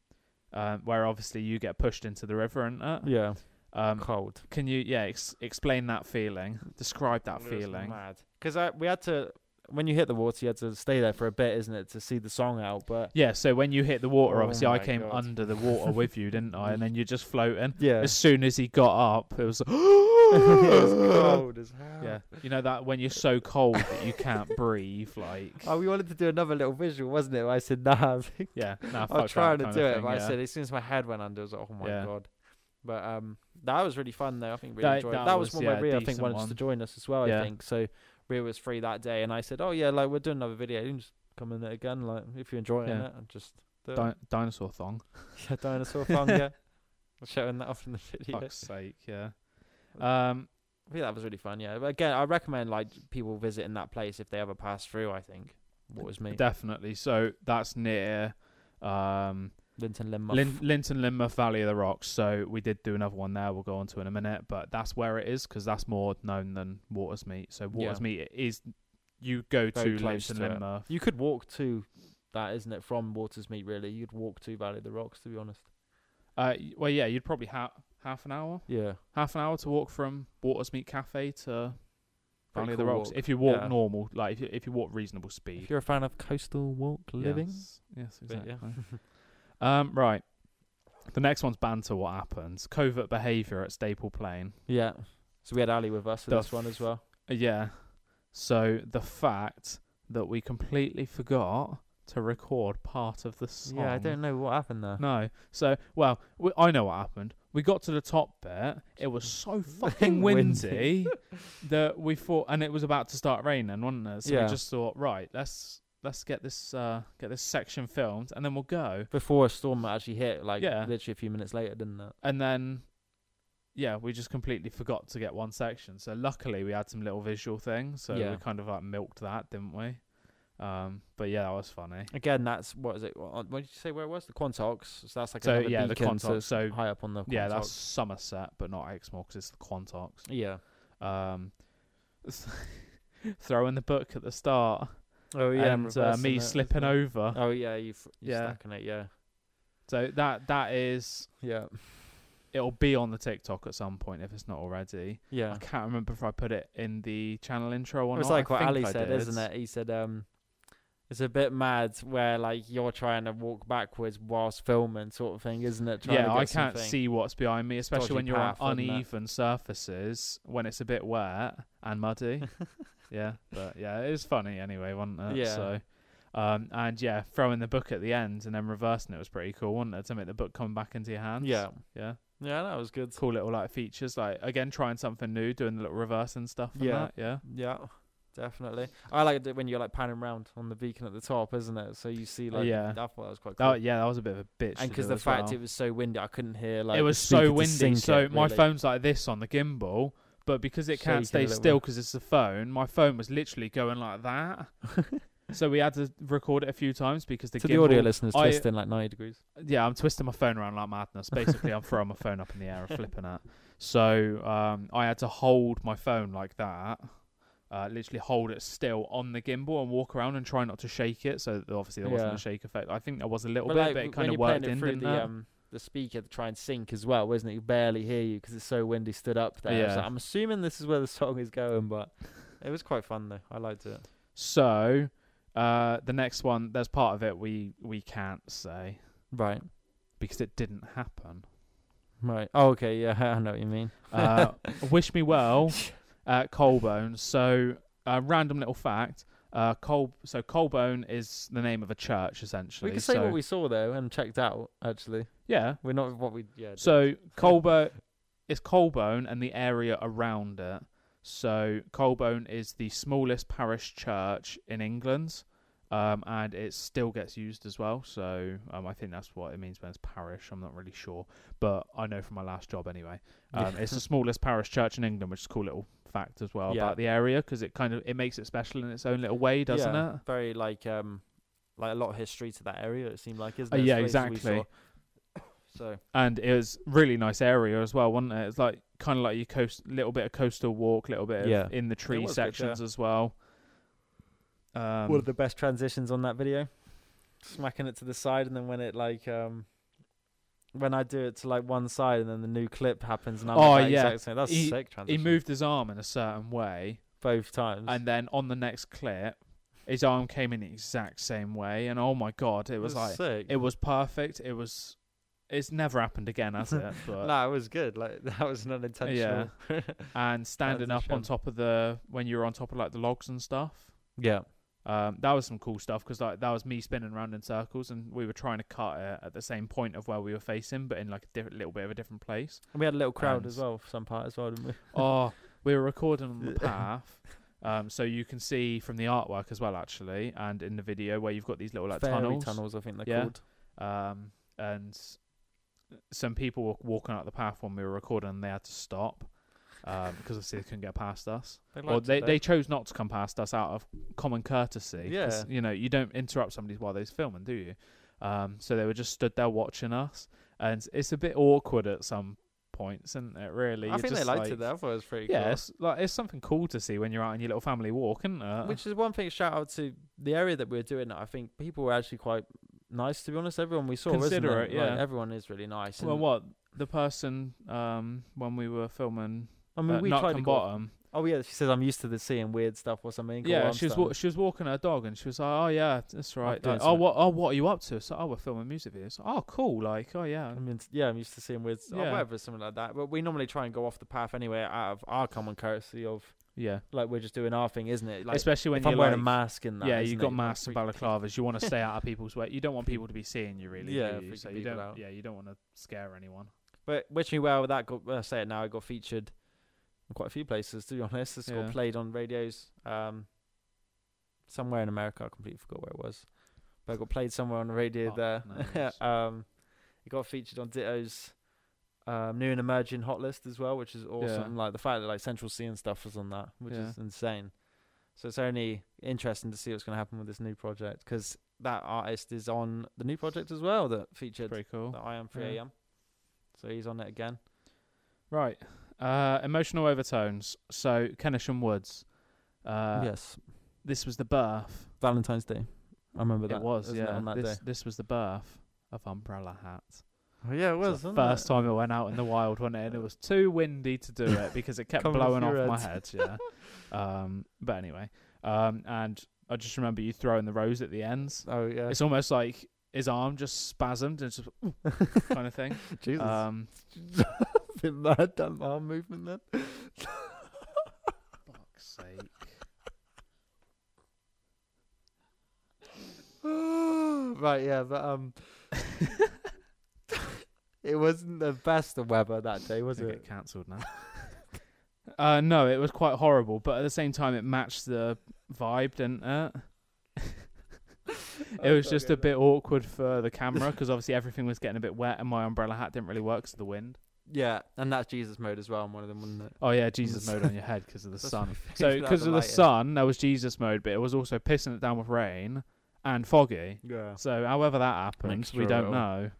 um, where obviously you get pushed into the river, and uh,
Yeah,
um,
cold.
can you yeah ex- explain that feeling? Describe that feeling.
Mad. Because we had to. When you hit the water, you had to stay there for a bit, isn't it, to see the song out? But
Yeah, so when you hit the water,
Oh
obviously I
my
came
God.
under the water with you, didn't I? And then you're just floating.
yeah, *laughs*
As soon as he got up, it was *gasps*
as hell.
*laughs* yeah, you know that when you're so cold that you
*laughs*
can't breathe, like
Oh, we wanted to do another little visual, wasn't it? I said, nah.
yeah. Nah,
I
fuck that
was trying to
kind
do
of
it,
thing,
but I
yeah.
said, as soon as my head went under, I was like, oh my
Yeah.
God. But um, that was really fun, though. I think we
That-
really enjoyed
that
it. That was
was,
one where
yeah,
Rhea, I think,
decent
wanted
one.
to join us as well,
Yeah.
I think. So Rhea was free that day, and I said, oh, yeah, like, we're doing another video. You can just come in it again, like, if you're enjoying
Yeah.
it, and just do it.
Di- dinosaur thong.
*laughs* yeah, dinosaur fun, yeah.
*laughs*
Showing that off in the video.
Fuck's sake, yeah. Um,
I think that was really fun, yeah. But again, I recommend like people visiting that place if they ever pass through. I think what was me.
Definitely. So that's near um,
Linton Linmuff.
Lin- Linton Linmouth Valley of the Rocks. So we did do another one there. We'll go on to in a minute, but that's where it is because that's more known than Watersmeet. So
Yeah.
Watersmeet is you go
Very
to
close
Linton
to it.
Linmouth.
you could walk to that, isn't it? From Watersmeet, really. You'd walk to Valley of the Rocks, to be honest.
Uh, y- well, yeah, you'd probably have half an hour,
Yeah.
half an hour to walk from Watersmeet Cafe to Valley of the
cool
Rocks
walk.
if you walk
Yeah.
normal, like if you, if you walk reasonable speed.
If you're a fan of coastal walk living,
Yes, yes
But,
exactly. *laughs*
yeah.
Um, right. The next one's banter. What happens? Covert behaviour at Staple Plain.
yeah. So we had Ali with us for
The
this one as well.
Uh, yeah. So the fact that we completely forgot to record part of the song.
Yeah, I don't know what happened there.
*laughs* No. So well, we, I know what happened. We got to the top bit. It was
*laughs*
so fucking
Windy. *laughs*
windy that we thought, and it was about to start raining, wasn't it? So
Yeah.
we just thought, right, let's let's get this uh, get this section filmed, and then we'll go.
Before a storm actually hit, like
Yeah.
literally a few minutes later, didn't it?
and then yeah, we just completely forgot to get one section. So luckily we had some little visual things, so
Yeah.
we kind of like milked that, didn't we? Um, but yeah, that was funny.
Again, that's what is it? What what did you say? Where it was the Quantox? So that's like
So
another
yeah, the
beacon,
Quantox. So
high up on the Quantox.
yeah, that's Somerset, but not Exmoor because it's the Quantox.
yeah.
Um, *laughs* throwing the book at the start
Oh
and uh, me slipping over.
Oh yeah, you f- you're
Yeah.
stacking it. Yeah,
So that that is
yeah,
it'll be on the TikTok at some point if it's not already.
yeah.
I can't remember if I put it in the channel intro or
It's
not.
like
I
what
think
Ali
I
said,
did.
isn't it? He said, um, it's a bit mad where like you're trying to walk backwards whilst filming, sort of thing, isn't it? Trying to
yeah,
get
I can't
something-
see what's behind me, especially
Dodgy
when you're
path,
on
wasn't it?
uneven surfaces when it's a bit wet and
*laughs*
muddy. yeah, but yeah, it was funny anyway, wasn't it?
Yeah.
So, um, and yeah, throwing the book at the end and then reversing it was pretty cool, wasn't it? To make the book come back into your hands.
Yeah,
yeah,
yeah, that was good.
cool little like features. Like again, trying something new, doing the little reverse and stuff. And
Yeah.
that, yeah.
Yeah, definitely. I liked it when you're like panning round on the beacon at the top, isn't it? So you see like
Yeah.
I thought that was quite cool.
That, yeah, that was a bit of a bitch. to
and because
do
the
as
fact
well.
it was so windy, I couldn't hear like
it
the
was so
speaker to
windy.
sync
So
it,
my
really.
phone's like this on the gimbal, but because it
So you
can't
can
stay
a little-
still because it's a phone, my phone was literally going like
*laughs*
that. so we had to record it a few times because the
to
gimbal.
the audio listeners
I-
twisting like ninety degrees.
yeah, I'm twisting my phone around like madness. Basically, I'm throwing my phone up in the air and flipping it. So um, I had to hold my phone like that. Uh, literally hold it still on the gimbal and walk around and try not to shake it. So that obviously there wasn't
Yeah.
a shake effect. I think there was a little
But
bit,
like
but it
w-
kind
when
of
you're playing
worked
it
in,
through
didn't
the
it?
um the speaker to try and sync as well, wasn't it? You barely hear you because it's so windy stood up there. I was
Yeah.
like, I'm assuming this is where the song is going, but it was quite fun though. I liked it.
So, uh, the next one, there's part of it we we can't say
Right,
because it didn't
*laughs*
happen.
right. Oh, okay, yeah, *laughs* I know what you mean.
Uh, wish me well, uh, Colbone. So, a random little fact. Uh, Col- so Colbone is the name of a church essentially.
we could say
so,
what we saw though and checked out. Actually,
yeah.
we're not what we yeah. did. *laughs*
So Colbone, it's Colbone and the area around it. So Colbone is the smallest parish church in England, um, and it still gets used as well. So um, I think that's what it means when it's parish. I'm not really sure, but I know from my last job anyway. Um, It's the smallest parish church in England, which is a cool little fact as well
Yeah.
about the area because it kind of it makes it special in its own little way, doesn't
Yeah,
it?
Very like um like a lot of history to that area. It seemed like isn't
Uh,
it? It's
yeah,
the places we
exactly.
saw. *coughs* So
and it was really nice area as well, wasn't it? It's like kind of like your coast, little bit of coastal walk, little bit of
Yeah.
in the tree
was good,
sections as well. Um,
one of the best transitions on that video smacking it to the side and then when it like um when i do it to like one side and then the new clip happens and i'm
Oh,
like, that
yeah.
exact same. that's a
He-
sick transition
he moved his arm in a certain way,
both times
and then on the next clip, his arm came in the exact same way, and oh my god, it was like
sick
it was perfect. It was, it's never happened again, has
*laughs*
it? But
no it was good like *laughs* that was an unintentional *laughs*
and standing
a
up on
shame.
top of the when you were on top of like the logs and stuff.
yeah
Um, that was some cool stuff because like that was me spinning around in circles, and we were trying to cut it at the same point of where we were facing, but in like a different, little bit of a different place.
and we had a little crowd
And-
as well for some part as well didn't we
oh, we were recording on the path, um, so you can see from the artwork as well, actually, and in the video where you've got these little like
Fairy
tunnels,
tunnels i think they're
Yeah.
called
um, and some people were walking up the path when we were recording, and they had to stop um, because obviously they couldn't get past us.
They
Or
liked
they,
it,
they chose not to come past us out of common courtesy. 'cause,
Yeah.
You know, you don't interrupt somebody while they're filming, do you? Um, so they were just stood there watching us. And it's a bit awkward at some points, isn't it, really?
I
You're
think they
just
liked
like-
it. though. I thought it was pretty
Yeah,
cool.
it's, like, it's something cool to see when you're out on your little family walk, isn't it?
Which is one thing. Shout out to the area that we were doing. it. I think people were actually quite nice. To be honest, everyone we saw, isn't
Considerate,
it? Like,
yeah.
everyone is really nice.
well,
and-
what? The person um, when we were filming
I mean,
uh,
we
Knock
tried
and
to go.
Bottom,
Oh yeah, she says I'm used to the seeing weird stuff or something.
Yeah,
or
she was
I'm
wa- she was walking her dog, and she was like, "Oh yeah, that's right.
doing
Like, oh
something."
what? Oh what are you up to?" So, "Oh, we're filming music videos." Oh cool. Like, oh yeah,
I mean, yeah, I'm used to seeing weird, stuff,
Yeah.
or whatever, something like that. But we normally try and go off the path anyway, out of our common courtesy of
yeah.
like we're just doing our thing, isn't it? Like
Especially when
if
you're
I'm wearing
like-
a mask and that.
yeah,
isn't
you've
it?
got
Like,
masks and
freak people-
balaclavas. You want
*laughs*
to stay out of people's way. You don't want people to be seeing you, really. do
Yeah,
you?
freaking
so you
people
don't.
out.
Yeah, you don't want to scare anyone.
But wishing you well, that got I say it now. It got featured in quite a few places. To be *laughs* honest, it's
Yeah.
got played on radios um, somewhere in America. I completely forgot where it was, but it got played somewhere on the radio
Oh,
there.
nice.
*laughs* um, it got featured on Ditto's um, new and emerging hot list as well, which is awesome. Like the fact that like Central C and stuff was on that, which
Yeah.
is insane. So it's only interesting to see what's going to happen with this new project because that artist is on the new project as well that featured
Pretty cool.
that I am 3
Yeah.
a.m. So he's on it again.
Right. Uh, emotional overtones. So Kennisham Woods. Uh,
yes,
This was the birth.
Valentine's Day. I remember that.
it was.
wasn't
Yeah.
on that
this
day.
this was the birth of Umbrella Hat.
Oh, yeah, it
It
was.
was the
wasn't
first
it?
time it went out in the wild, wasn't it? And
*laughs*
it was too windy to do it because it kept
Coming off
blowing off
your
my head.
*laughs*
Yeah. um, but anyway, um, and I just remember you throwing the rose at the ends.
Oh yeah.
It's almost like his arm just spasmed and just kind of thing.
*laughs* *laughs* Jesus.
Um,
been mad that arm movement *laughs* then.
fuck's sake.
right, yeah, but *laughs* um, it wasn't the best of weather that day, was
Gonna
it?
get cancelled
*laughs*
now. uh, no, it was quite horrible, but at the same time, it matched the vibe, didn't
*laughs*
it? it was just a bit awkward for the camera because obviously everything was getting a bit wet and my umbrella hat didn't really work 'cause of the wind.
Yeah, and that's Jesus mode as well. in one of them, wasn't it?
Oh yeah,
*laughs*
Jesus
the
mode on your head because of the
That's
sun.
*laughs* my favourite
So
out
because of the
lighting.
sun, there was Jesus mode, but it was also pissing it down with rain and foggy.
Yeah,
So however that happens,
Mixture
we
of it
don't
all.
know.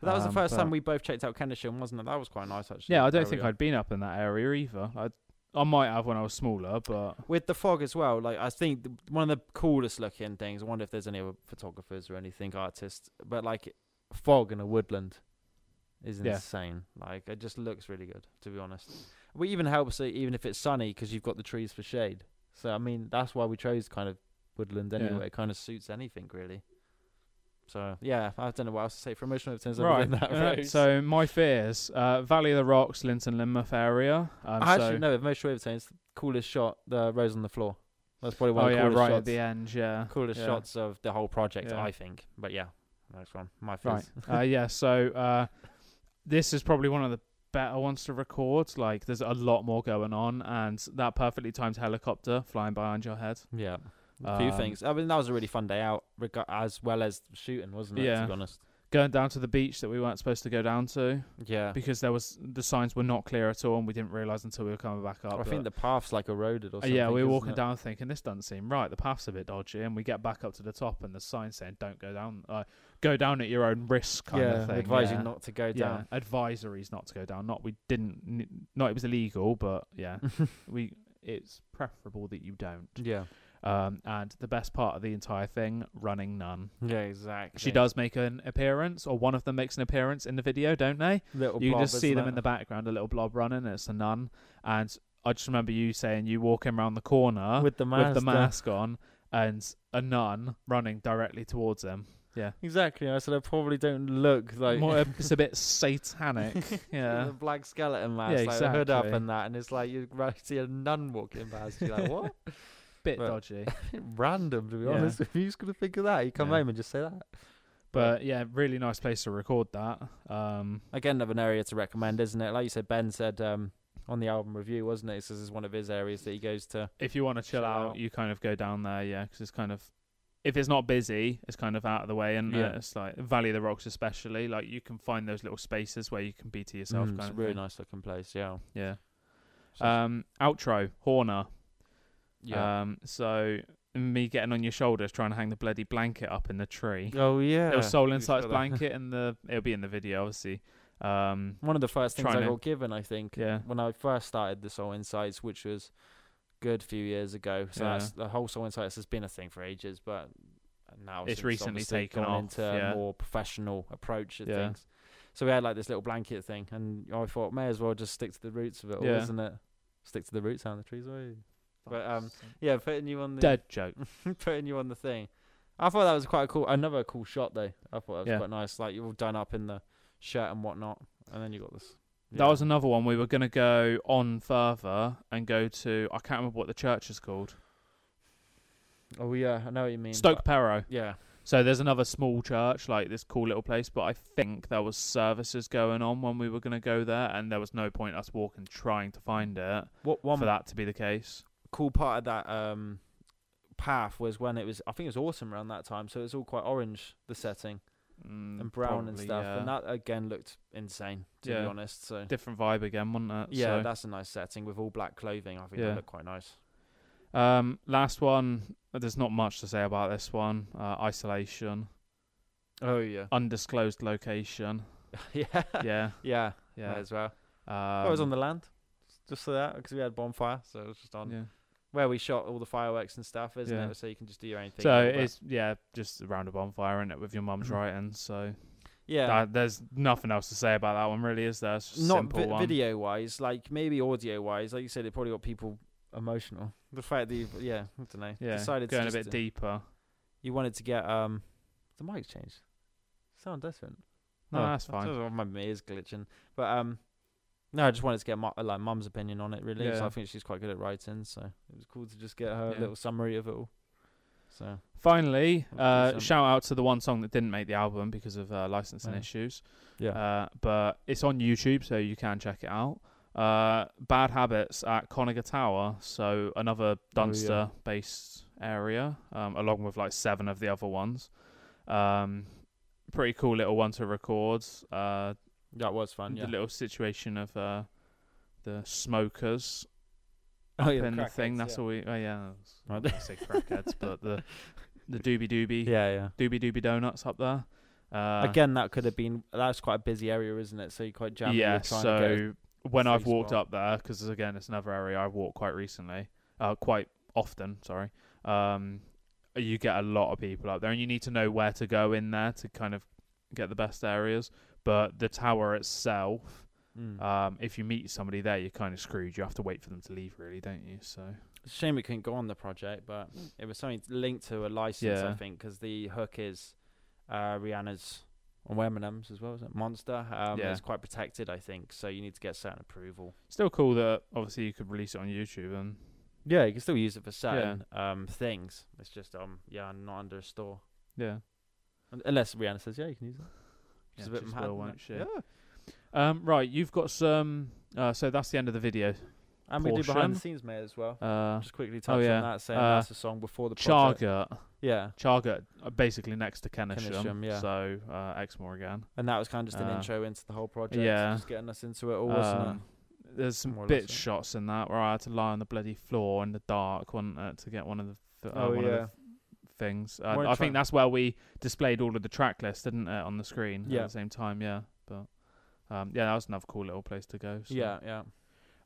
but that was
Um,
the first
but-
time we both checked out Kendisham, wasn't it? That was quite nice actually.
Yeah, I don't
that
think
area.
I'd been up in that area either. I I might have when I was smaller, but
with the fog as well. Like I think th- one of the coolest looking things. I wonder if there's any other photographers or anything artists, but like fog in a woodland is
Yeah.
insane. Like it just looks really good, to be honest. But even helps uh, even if it's sunny because you've got the trees for shade. So I mean that's why we chose kind of woodland
Yeah.
anyway. It kind of suits anything really. So yeah, I don't know what else to say for emotional terms other
right.
than
*laughs*
that.
uh,
Rose.
so my fears: uh, Valley of the Rocks, Linton Lynmouth area. Um,
I
so-
actually know emotional overtones. Coolest shot, the rose on the floor. That's probably one
Oh
of the
yeah,
coolest
right
shots.
at the end. Yeah,
coolest
yeah.
shots of the whole project,
Yeah.
I think. But yeah, next one, my *laughs*
Right.
first.
uh, yeah. So uh, this is probably one of the better ones to record. Like, there's a lot more going on, and that perfectly timed helicopter flying behind your head.
Yeah, a few
Um,
things. I mean, that was a really fun day out, reg- as well as shooting, wasn't it?
Yeah.
To be honest.
Going down to the beach that we weren't supposed to go down to
Yeah.
because there was the signs were not clear at all, and we didn't realize until we were coming back up.
I think
that-
the path's like eroded or
Uh,
something.
yeah, we were
isn't
walking
it?
down thinking this doesn't seem right. The path's a bit dodgy, and we get back up to the top, and the sign saying "Don't go down, uh, go down at your own risk" kind
yeah,
of thing.
advise
yeah.
you not to go
yeah, *laughs*
down.
advisories not to go down. Not we didn't. n- Not it was illegal, but yeah,
Mm.
we. It's preferable that you don't.
Yeah.
Um, and the best part of the entire thing, running none.
Yeah, exactly.
She does make an appearance, or one of them makes an appearance in the video, don't they?
Little
you can
blob,
just see
isn't
them
it?
in the background, a little blob running. It's a nun, and I just remember you saying you walking around the corner
with the mask.
with the
down.
mask on, and a nun running directly towards him.
Exactly. I said I probably don't look like *laughs*
More, it's a bit satanic. yeah.
the black skeleton mask, like the hood up
exactly.
and that, and it's like you ra- see a nun walking past. You're like, what?
Bit
But-
dodgy.
random to be
Yeah.
honest. *laughs* If you just gonna think of that, you come
Yeah.
home and just say that.
But yeah, really nice place to record that. Um,
Again, another area to recommend, isn't it? Like you said, Ben said um, on the album review, wasn't it? This is one of his areas that he goes to.
if you want to chill,
Chill
out,
out.
you kind of go down there, yeah, 'cause it's kind of if it's not busy, it's kind of out of the way, and
Yeah.
it's like Valley of the Rocks, especially like you can find those little spaces where you can be to yourself,
Mm,
kind
it's a
of
really
thing.
nice looking place. Yeah, Uh,
yeah. Um, outro Horner.
yeah.
Um, so me getting on your shoulders trying to hang the bloody blanket up in the tree.
oh yeah.
There was Soul Insights
saw *laughs* that.
blanket and the it'll be in the video obviously. Um,
One of the first things I
trying to-
got given, I think,
yeah.
when I first started the Soul Insights, which was good few years ago. So
Yeah.
that's, the whole Soul Insights has been a thing for ages, but now
It's
since
recently
obviously
taken
gone
off,
into
yeah.
a more professional approach to
Yeah.
things. So we had like this little blanket thing, and I thought may as well just stick to the roots of it, all,
Yeah.
isn't it? Stick to the roots, how the trees away. But, um, Yeah, putting you on
*laughs*
the
dead
*laughs*
joke.
putting you on the thing. I thought that was quite a cool. Another cool shot though. I thought that was
Yeah.
quite nice. Like you're all done up in the shirt and whatnot, and then you got this.
That was another one. We were gonna go on further and go to I can't remember what the church is called.
Oh yeah, I know what you mean.
Stoke
but-
Perrow.
Yeah.
So there's another small church, like this cool little place, but I think there was services going on when we were gonna go there and there was no point us walking trying to find it
What one
for that to be the case.
cool part of that um path was when it was I think it was autumn around that time, so it was all quite orange the setting
Mm,
and brown and
probably,
stuff,
yeah.
and that again looked insane to be
Yeah.
honest. So
different vibe again, wasn't it?
yeah,
So-
that's a nice setting with all black clothing. I think
Yeah.
that looked quite nice.
um, last one. There's not much to say about this one. Uh, isolation,
Oh yeah,
undisclosed location.
*laughs* yeah,
yeah,
yeah, yeah,
yeah.
as well.
Um,
I was on the land, just so that because we had bonfire, so it was just on
Yeah.
where we shot all the fireworks and stuff, isn't
Yeah.
it? So you can just do your own thing.
So
and all that.
it's yeah, just around a bonfire in it with your mum's writing. So
Mm. yeah,
that, there's nothing else to say about that one, really, is there? It's just a
not
simple
vi-
one.
video wise, like maybe audio wise, like you said, it probably got people emotional. The fact that you, yeah, I don't know,
Yeah,
decided
going
to
a bit
just, uh,
deeper.
You wanted to get um, the mic's changed. Sound different.
No,
Oh,
that's
I
fine.
don't know, my ears glitching, but um, no, I just wanted to get mu- like mum's opinion on it really. 'cause
Yeah.
I think she's quite good at writing, so it was cool to just get her
Yeah.
a little summary of it all. So
Finally,
Let's do
uh,
some-
shout out to the one song that didn't make the album because of uh, licensing
Yeah.
issues.
yeah,
Uh, but it's on YouTube, so you can check it out. Uh, Bad Habits at Conniger Tower, so another
Oh, yeah.
Dunster-based area, um, along with like seven of the other ones. Um, pretty cool little one to record. Uh,
that was fun. *laughs* Yeah,
The little situation of uh, the smokers
oh,
and the thing. That's all we. Oh yeah,
Right.
I say crackheads, but the the doobie doobie
*laughs* Yeah, yeah.
doobie doobie donuts up there. Uh,
Again, that could have been. That's quite a busy area, isn't it? So you're quite jammed.
yeah, so when I've
free
walked
spot.
up there, because again, it's another area I've walked quite recently, uh, quite often, sorry. Um, you get a lot of people up there, and you need to know where to go in there to kind of get the best areas. But the tower itself,
Uh,
um, if you meet somebody there, you're kind of screwed. You have to wait for them to leave, really, don't you? So
It's a shame we couldn't go on the project, but it was something linked to a license, I
Yeah.
think, because the hook is uh, Rihanna's or Eminem's as well, is it? Monster. Um,
Yeah.
It's quite protected, I think, so you need to get certain approval.
still cool that obviously you could release it on YouTube and
Yeah, you can still use it for certain um, things. It's just, um, yeah, not under a store.
yeah.
Un- Unless Rihanna says, yeah, you can use it. Which is a
Yeah,
bit
just
mad,
will,
isn't
won't
it?
she? Um, right, you've got some. Uh, so that's the end of the video.
And we do behind
Portion.
the scenes, mate, as well.
Uh,
Just quickly touch
yeah.
on that, saying
Uh,
that's a song before the project.
Chaga.
Yeah.
Charger uh, basically next to Kenishan,
Keynesham, yeah.
so uh, Exmoor again.
And that was kind of just an
Uh,
intro into the whole project.
yeah.
Just getting us into it all, wasn't
Um, There's some
More or less,
bitch
yeah.
shots in that where I had to lie on the bloody floor in the dark, wasn't it, to get one of the th- uh,
Oh,
one of the
yeah.
f- things. Uh,
Weren't
I
trying-
think that's where we displayed all of the track list, didn't it, on the screen
Yeah.
at the same time? Yeah, but um, yeah, that was another cool little place to go.
it?
So.
Yeah, yeah.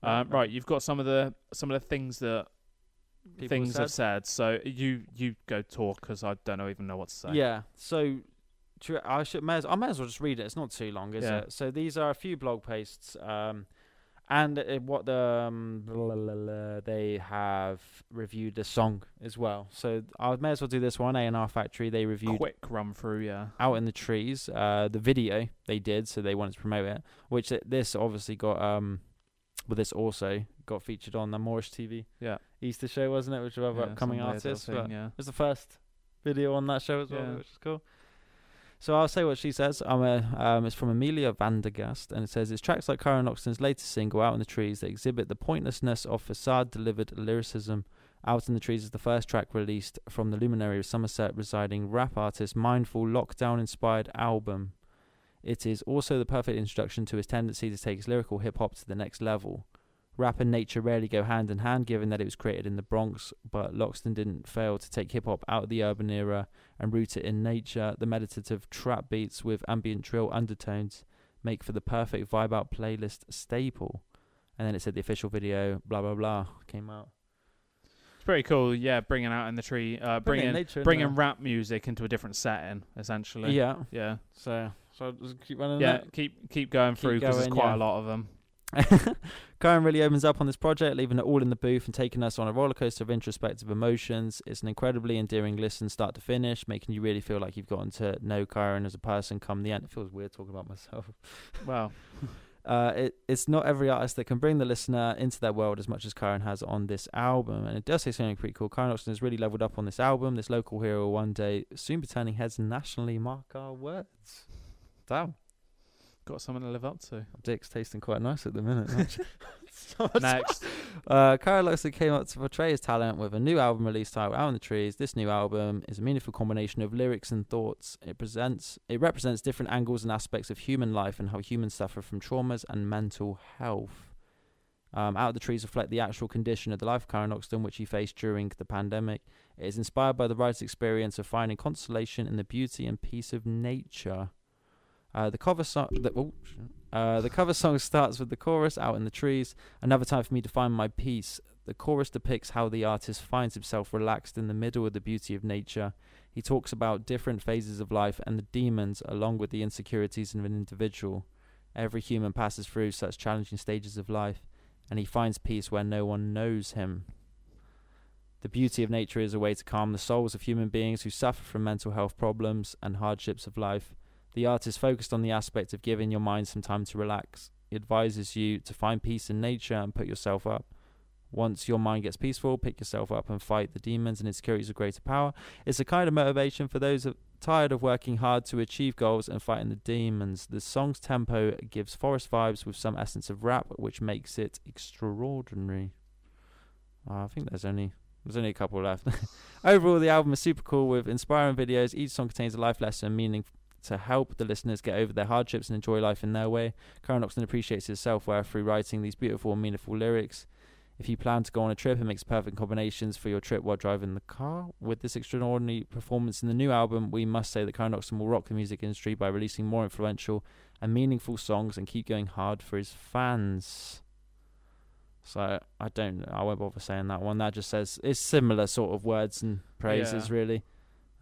Um, right, you've got some of the some of the things that
People
things have said. So you you go talk because I don't know, even know what to say.
Yeah. So tr- I should may as, I may as well just read it. It's not too long, is
Yeah.
it? So these are a few blog posts, um, and uh, what the um, blah, blah, blah, blah, they have reviewed the song as well. So I may as well do this one. A and R Factory they reviewed
quick run through. Yeah,
out in the trees. Uh, the video they did, so they wanted to promote it. Which th- this obviously got um, well, this also got featured on the Moorish TV.
Yeah.
Easter show, wasn't it? Which were other
Yeah,
upcoming
some weird little
artists.
thing,
but
yeah.
it was the first video on that show as well,
Yeah.
which is cool. So I'll say what she says. I'm a, um, it's from Amelia Vandergast, and it says it's tracks like Karen Oxton's latest single, "Out in the Trees," that exhibit the pointlessness of facade-delivered lyricism. "Out in the Trees" is the first track released from the luminary of Somerset residing rap artist Mindful Lockdown-inspired album. It is also the perfect introduction to his tendency to take his lyrical hip hop to the next level. Rap and nature rarely go hand in hand, given that it was created in the Bronx, but Loxton didn't fail to take hip hop out of the urban era and root it in nature. The meditative trap beats with ambient drill undertones make for the perfect vibe out playlist staple. And then it said the official video, blah, blah, blah, came out.
It's pretty cool. Yeah, bringing out in the tree, uh, bringing
nature in
bringing
there.
rap music into a different setting, essentially.
Yeah.
yeah,
So, so I'll just keep running
yeah.
that.
Keep keep going
Keep
through 'cause there's
going,
quite
yeah.
a lot of them.
Karen really opens up on this project, leaving it all in the booth and taking us on a roller coaster of introspective emotions. It's an incredibly endearing listen, start to finish, making you really feel like you've gotten to know Karen as a person come the end. It feels weird talking about myself. *laughs*
Well,
Uh, it, it's not every artist that can bring the listener into their world as much as Karen has on this album. And it does say something pretty cool. Karen Oxton has really leveled up on this album. This local hero will one day soon be turning heads nationally, mark our words. Damn.
got something to live up
*laughs*
to.
Dick's tasting quite nice at the minute. So
Next,
uh, Kyle Luxley came up to portray his talent with a new album release titled Out in the Trees. This new album is a meaningful combination of lyrics and thoughts. It presents it represents different angles and aspects of human life and how humans suffer from traumas and mental health. Um, Out of the Trees reflect the actual condition of the life of Karen Oxton, which he faced during the pandemic. It is inspired by the writer's experience of finding consolation in the beauty and peace of nature. Uh, the cover song, the, oh, shit. uh, the cover song *laughs* starts with the chorus "Out in the trees." Another time for me to find my peace. The chorus depicts how the artist finds himself relaxed in the middle of the beauty of nature. He talks about different phases of life and the demons, along with the insecurities of an individual. Every human passes through such challenging stages of life, and he finds peace where no one knows him. The beauty of nature is a way to calm the souls of human beings who suffer from mental health problems and hardships of life. The artist focused on the aspect of giving your mind some time to relax. He advises you to find peace in nature and put yourself up. Once your mind gets peaceful, pick yourself up and fight the demons and insecurities of greater power. It's a kind of motivation for those of- tired of working hard to achieve goals and fighting the demons. The song's tempo gives forest vibes with some essence of rap, which makes it extraordinary. Uh, I think there's only there's only a couple left. *laughs* Overall, the album is super cool with inspiring videos. Each song contains a life lesson, meaning to help the listeners get over their hardships and enjoy life in their way. Karen Oxton appreciates his self worth through writing these beautiful and meaningful lyrics. If you plan to go on a trip, it makes perfect combinations for your trip while driving the car. With this extraordinary performance in the new album, we must say that Karen Oxton will rock the music industry by releasing more influential and meaningful songs and keep going hard for his fans. So I don't, I won't bother saying that one. That just says it's similar sort of words and praises,
Yeah.
really.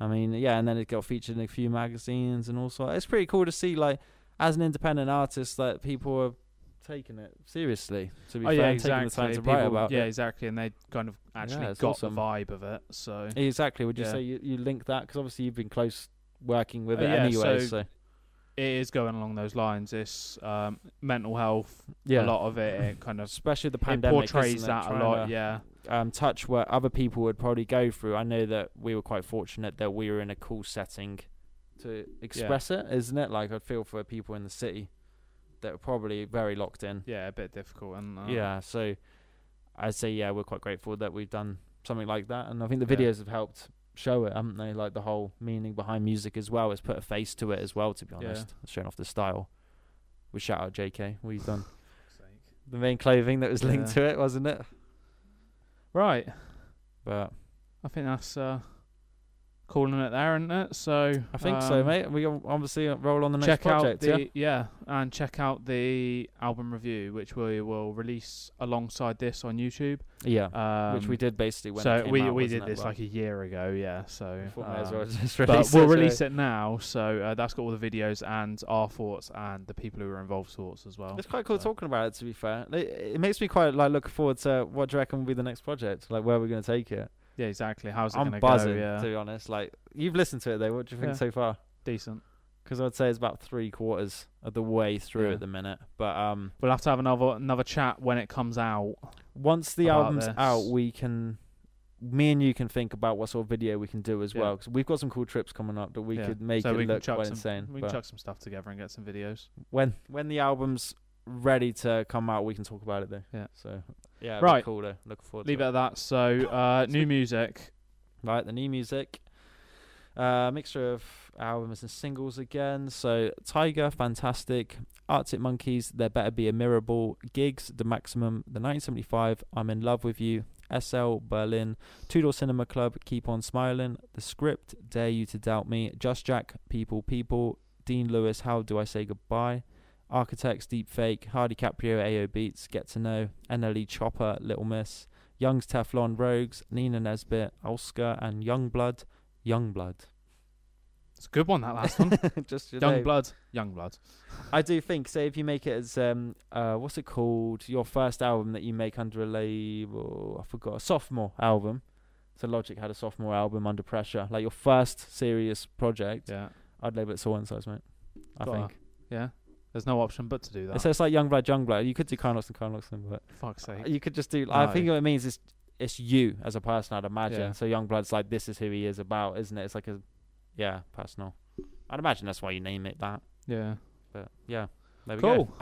I mean, yeah, and then it got featured in a few magazines and all sorts. It's pretty cool to see, like, as an independent artist, that people are taking it seriously. To be
oh
fair,
yeah,
and taking
exactly.
the time to write
People-
about
yeah,
it.
exactly, and they kind of actually
Yeah, it's
got
awesome.
the vibe of it. So
Exactly. Would you
Yeah.
say you, you link that? Because obviously you've been close working with
Uh,
it
yeah,
anyway. So,
so- it is going along those lines. It's um, mental health.
yeah,
A lot of it, it kind of
especially the
it
pandemic isn't
portrays
it?
that a
Trying
lot.
to,
yeah,
Um, touch what other people would probably go through. I know that we were quite fortunate that we were in a cool setting to express it, isn't it? Like I feel for people in the city that were probably very locked in.
yeah, a bit difficult. And uh,
yeah so i'd say yeah we're quite grateful that we've done something like that and i think the
Yeah.
videos have helped show it haven't they like the whole meaning behind music as well it's put a face to it as well to be
Yeah.
honest showing off the style we shout out jk what he's
*laughs*
done the main clothing that was linked to it wasn't it
Right,
but
I think that's uh, calling it there, isn't it? So
i think so
um,
mate we ob- obviously uh, roll on the next
check
project
out
yeah
the yeah? and check out the album review, which we will release alongside this on YouTube.
yeah
Um,
which we did basically when
so
it came
we
out,
we
wasn't
did
it?
this
Well,
like a year ago, yeah. So
we thought may as
um,
well *laughs* just
but
release
we'll
it, so-
release it now. So uh, that's got all the videos and our thoughts and the people who were involved thoughts as well.
It's quite cool
So-
talking about it. To be fair, it, it makes me quite like look forward to what do you reckon will be the next project? Like where we're going to take it.
Yeah, exactly. How's it
I'm
gonna
buzzing
go? Yeah,
to be honest. Like you've listened to it though. What do you think
Yeah.
so far?
decent.
Because I'd say it's about three quarters of the way through
Yeah.
at the minute. But um,
We'll have to have another another chat when it comes out.
once the
About
album's
this.
out, we can, me and you can think about what sort of video we can do as
Yeah.
well. Because we've got some cool trips coming up that we
Yeah.
could make
so
it
we can
look
chuck
quite
some,
insane.
We
But
can chuck some stuff together and get some videos.
when when the album's ready to come out, we can talk about it though.
Yeah.
So yeah, it'd be
Right.
Cool though. Looking forward. *laughs*
Leave
to
it at that. So uh, new music.
Right, the new music Uh, mixture of albums and singles again. So Tiger, fantastic. Arctic Monkeys, There Better Be a Mirable. Gigs, The Maximum, The 1975, I'm in Love with You. SL Berlin, Two Door Cinema Club, Keep on Smiling, The Script, Dare You to Doubt Me, Just Jack, People, People, Dean Lewis, How Do I Say Goodbye, Architects, Deep Fake, Hardy Caprio, AO Beats, Get to Know, NLE Chopper, Little Miss, Young's Teflon Rogues, Nina Nesbitt, Oscar, and Youngblood, Youngblood.
It's a good one that
*laughs*
last one.
*laughs* Just your
Young
name.
blood, young blood.
I do think, say, if you make it as um, uh, what's it called? Your first album that you make under a label, I forgot, a sophomore album. So Logic had a sophomore album under pressure, like your first serious project.
Yeah,
I'd label it Saw One Size, mate. I
Gotta
think.
yeah. There's no option but to do that.
So it's like Youngblood, Youngblood. You could do Carnox and Carnoxon, but
Fuck's sake.
you could just do. I think
No.
what it means is it's you as a person. I'd imagine.
Yeah.
So Youngblood's like this is who he is about, isn't it? It's like a, yeah, personal. I'd imagine that's why you name it that.
Yeah.
But yeah, there we go. *laughs*
Cool.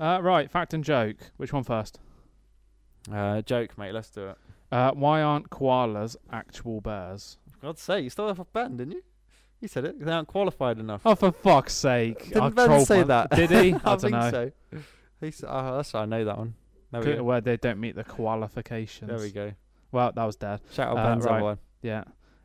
Uh, right, fact and joke. Which one first?
Uh, joke, mate. Let's do it.
Uh, why aren't koalas actual bears?
For God's sake, you stole that off Ben, didn't you? You said it. They aren't qualified enough.
Oh, for fuck's sake!
Didn't
I've
Ben
trolled
say
my-
that?
Did *laughs*
*laughs*
he? I, don't
think
know.
so. He said, oh, that's I know that one. There we
Could-
go.
Where they don't meet the qualifications.
There we go.
Well, that was dead.
Shout out
Uh,
Ben's
right.
other one.
Yeah.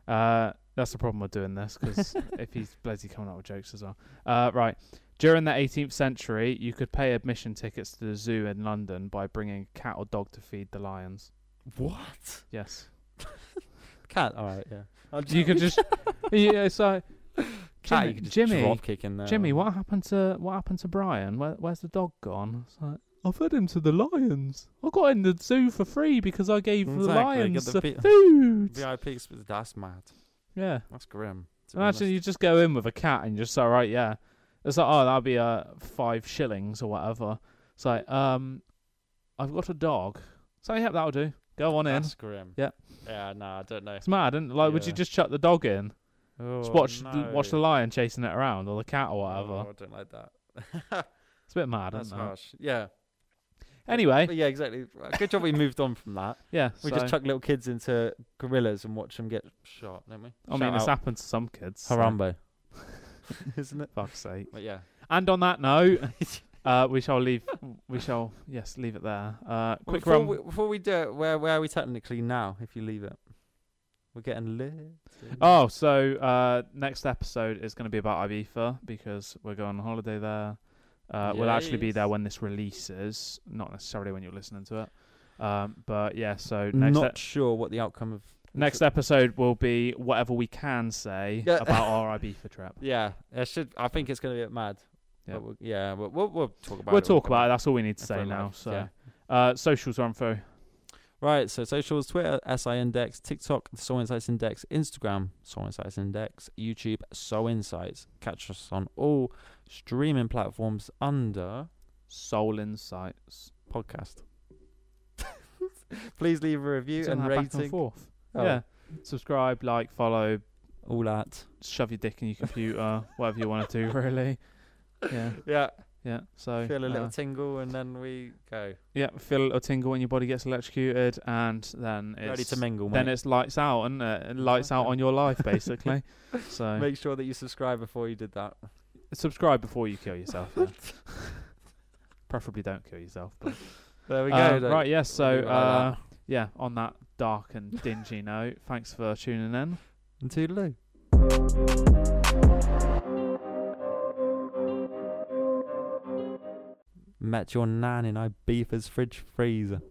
Uh, that's the problem with doing this
*laughs*
because if he's bloody coming up with jokes as well. Uh, right. During the 18th century, you could pay admission tickets to the zoo in London by bringing a cat or dog to feed the lions.
What?
Yes.
Cat. All right, yeah.
You could
*laughs*
just. yeah. So. Jimmy,
Cat, you could just
Jimmy,
drop kick in there.
Jimmy, what happened to what happened to Brian? Where, where's the dog gone? It's like, I fed him to the lions. I got in the zoo for free because I gave the
Mm, Exactly, get
lions
the
the
bit- *laughs*
food.
VIP experience. That's mad.
Yeah.
That's grim. to be
Imagine you just go in with a cat and you're just all right, yeah. It's like, oh, that'll be uh five shillings or whatever. It's like, um, I've got a dog. So yeah, that'll do. Go on
honest.
in.
That's grim.
Yeah.
Yeah, no, I don't know.
It's mad, and like, would you
Yeah.
just chuck the dog in?
Oh,
Just watch
no.
watch the lion chasing it around or the cat or whatever.
Oh, I don't like that.
It's a bit mad,
that's
isn't it?
harsh. Yeah.
Anyway,
But yeah, exactly. Good job we moved on from that.
yeah.
We
so-
just chuck little kids into gorillas and watch them get shot, don't we?
I mean, it's happened to some kids. so-
Harambe, isn't it?
Fuck's sake.
But yeah,
And on that note,
*laughs*
uh, we shall leave. We shall yes, leave it there. Uh, quick
before
run.
we, before we do it, where where are we technically now? If you leave it, we're getting lit.
Oh, so uh, next episode is going to be about Ibiza because we're going on holiday there. Uh, We'll actually be there
Yes.
when this releases, not necessarily when you're listening to it. Um, but yeah, so next
not
e-
sure what the outcome of
next episode will be whatever we can say
*laughs* Yeah.
about our Ibiza trip.
Yeah, I should. I think it's gonna be mad.
Yeah.
but we'll, yeah. We'll, we'll we'll talk about.
We'll
it when we
talk
come
about it.
back.
That's all we need to
If
say
we're
now.
live,
So
yeah.
uh, socials are on info.
Right, so socials, Twitter, SI Index, E TikTok, the Soul Insights Index, E Instagram, Soul Insights Index, E YouTube, Soul Insights. E Catch us on all streaming platforms under
Soul Insights.
podcast. Please leave a review
It's on
and
that back and
rating.
forth.
Oh,
Yeah. Subscribe, like, follow,
All that.
shove your dick in your computer, whatever you want to do, really. Yeah,
Yeah.
yeah. So
Feel a little
uh,
tingle and then we go.
yeah, feel a little tingle when your body gets electrocuted, and then it's
Ready to mingle, mate.
then it's lights out and uh, it lights out
Exactly.
on your
*laughs*
life basically. so
Make sure that you subscribe before you did that.
subscribe before you kill yourself.
*laughs*
yeah. Preferably don't kill yourself. But,
There we
Uh,
go.
right, yes. so
leave it like
uh,
that.
yeah, on that dark and dingy *laughs* note, thanks for tuning in.
And toodaloo. Met your nan in Ibiza's fridge freezer.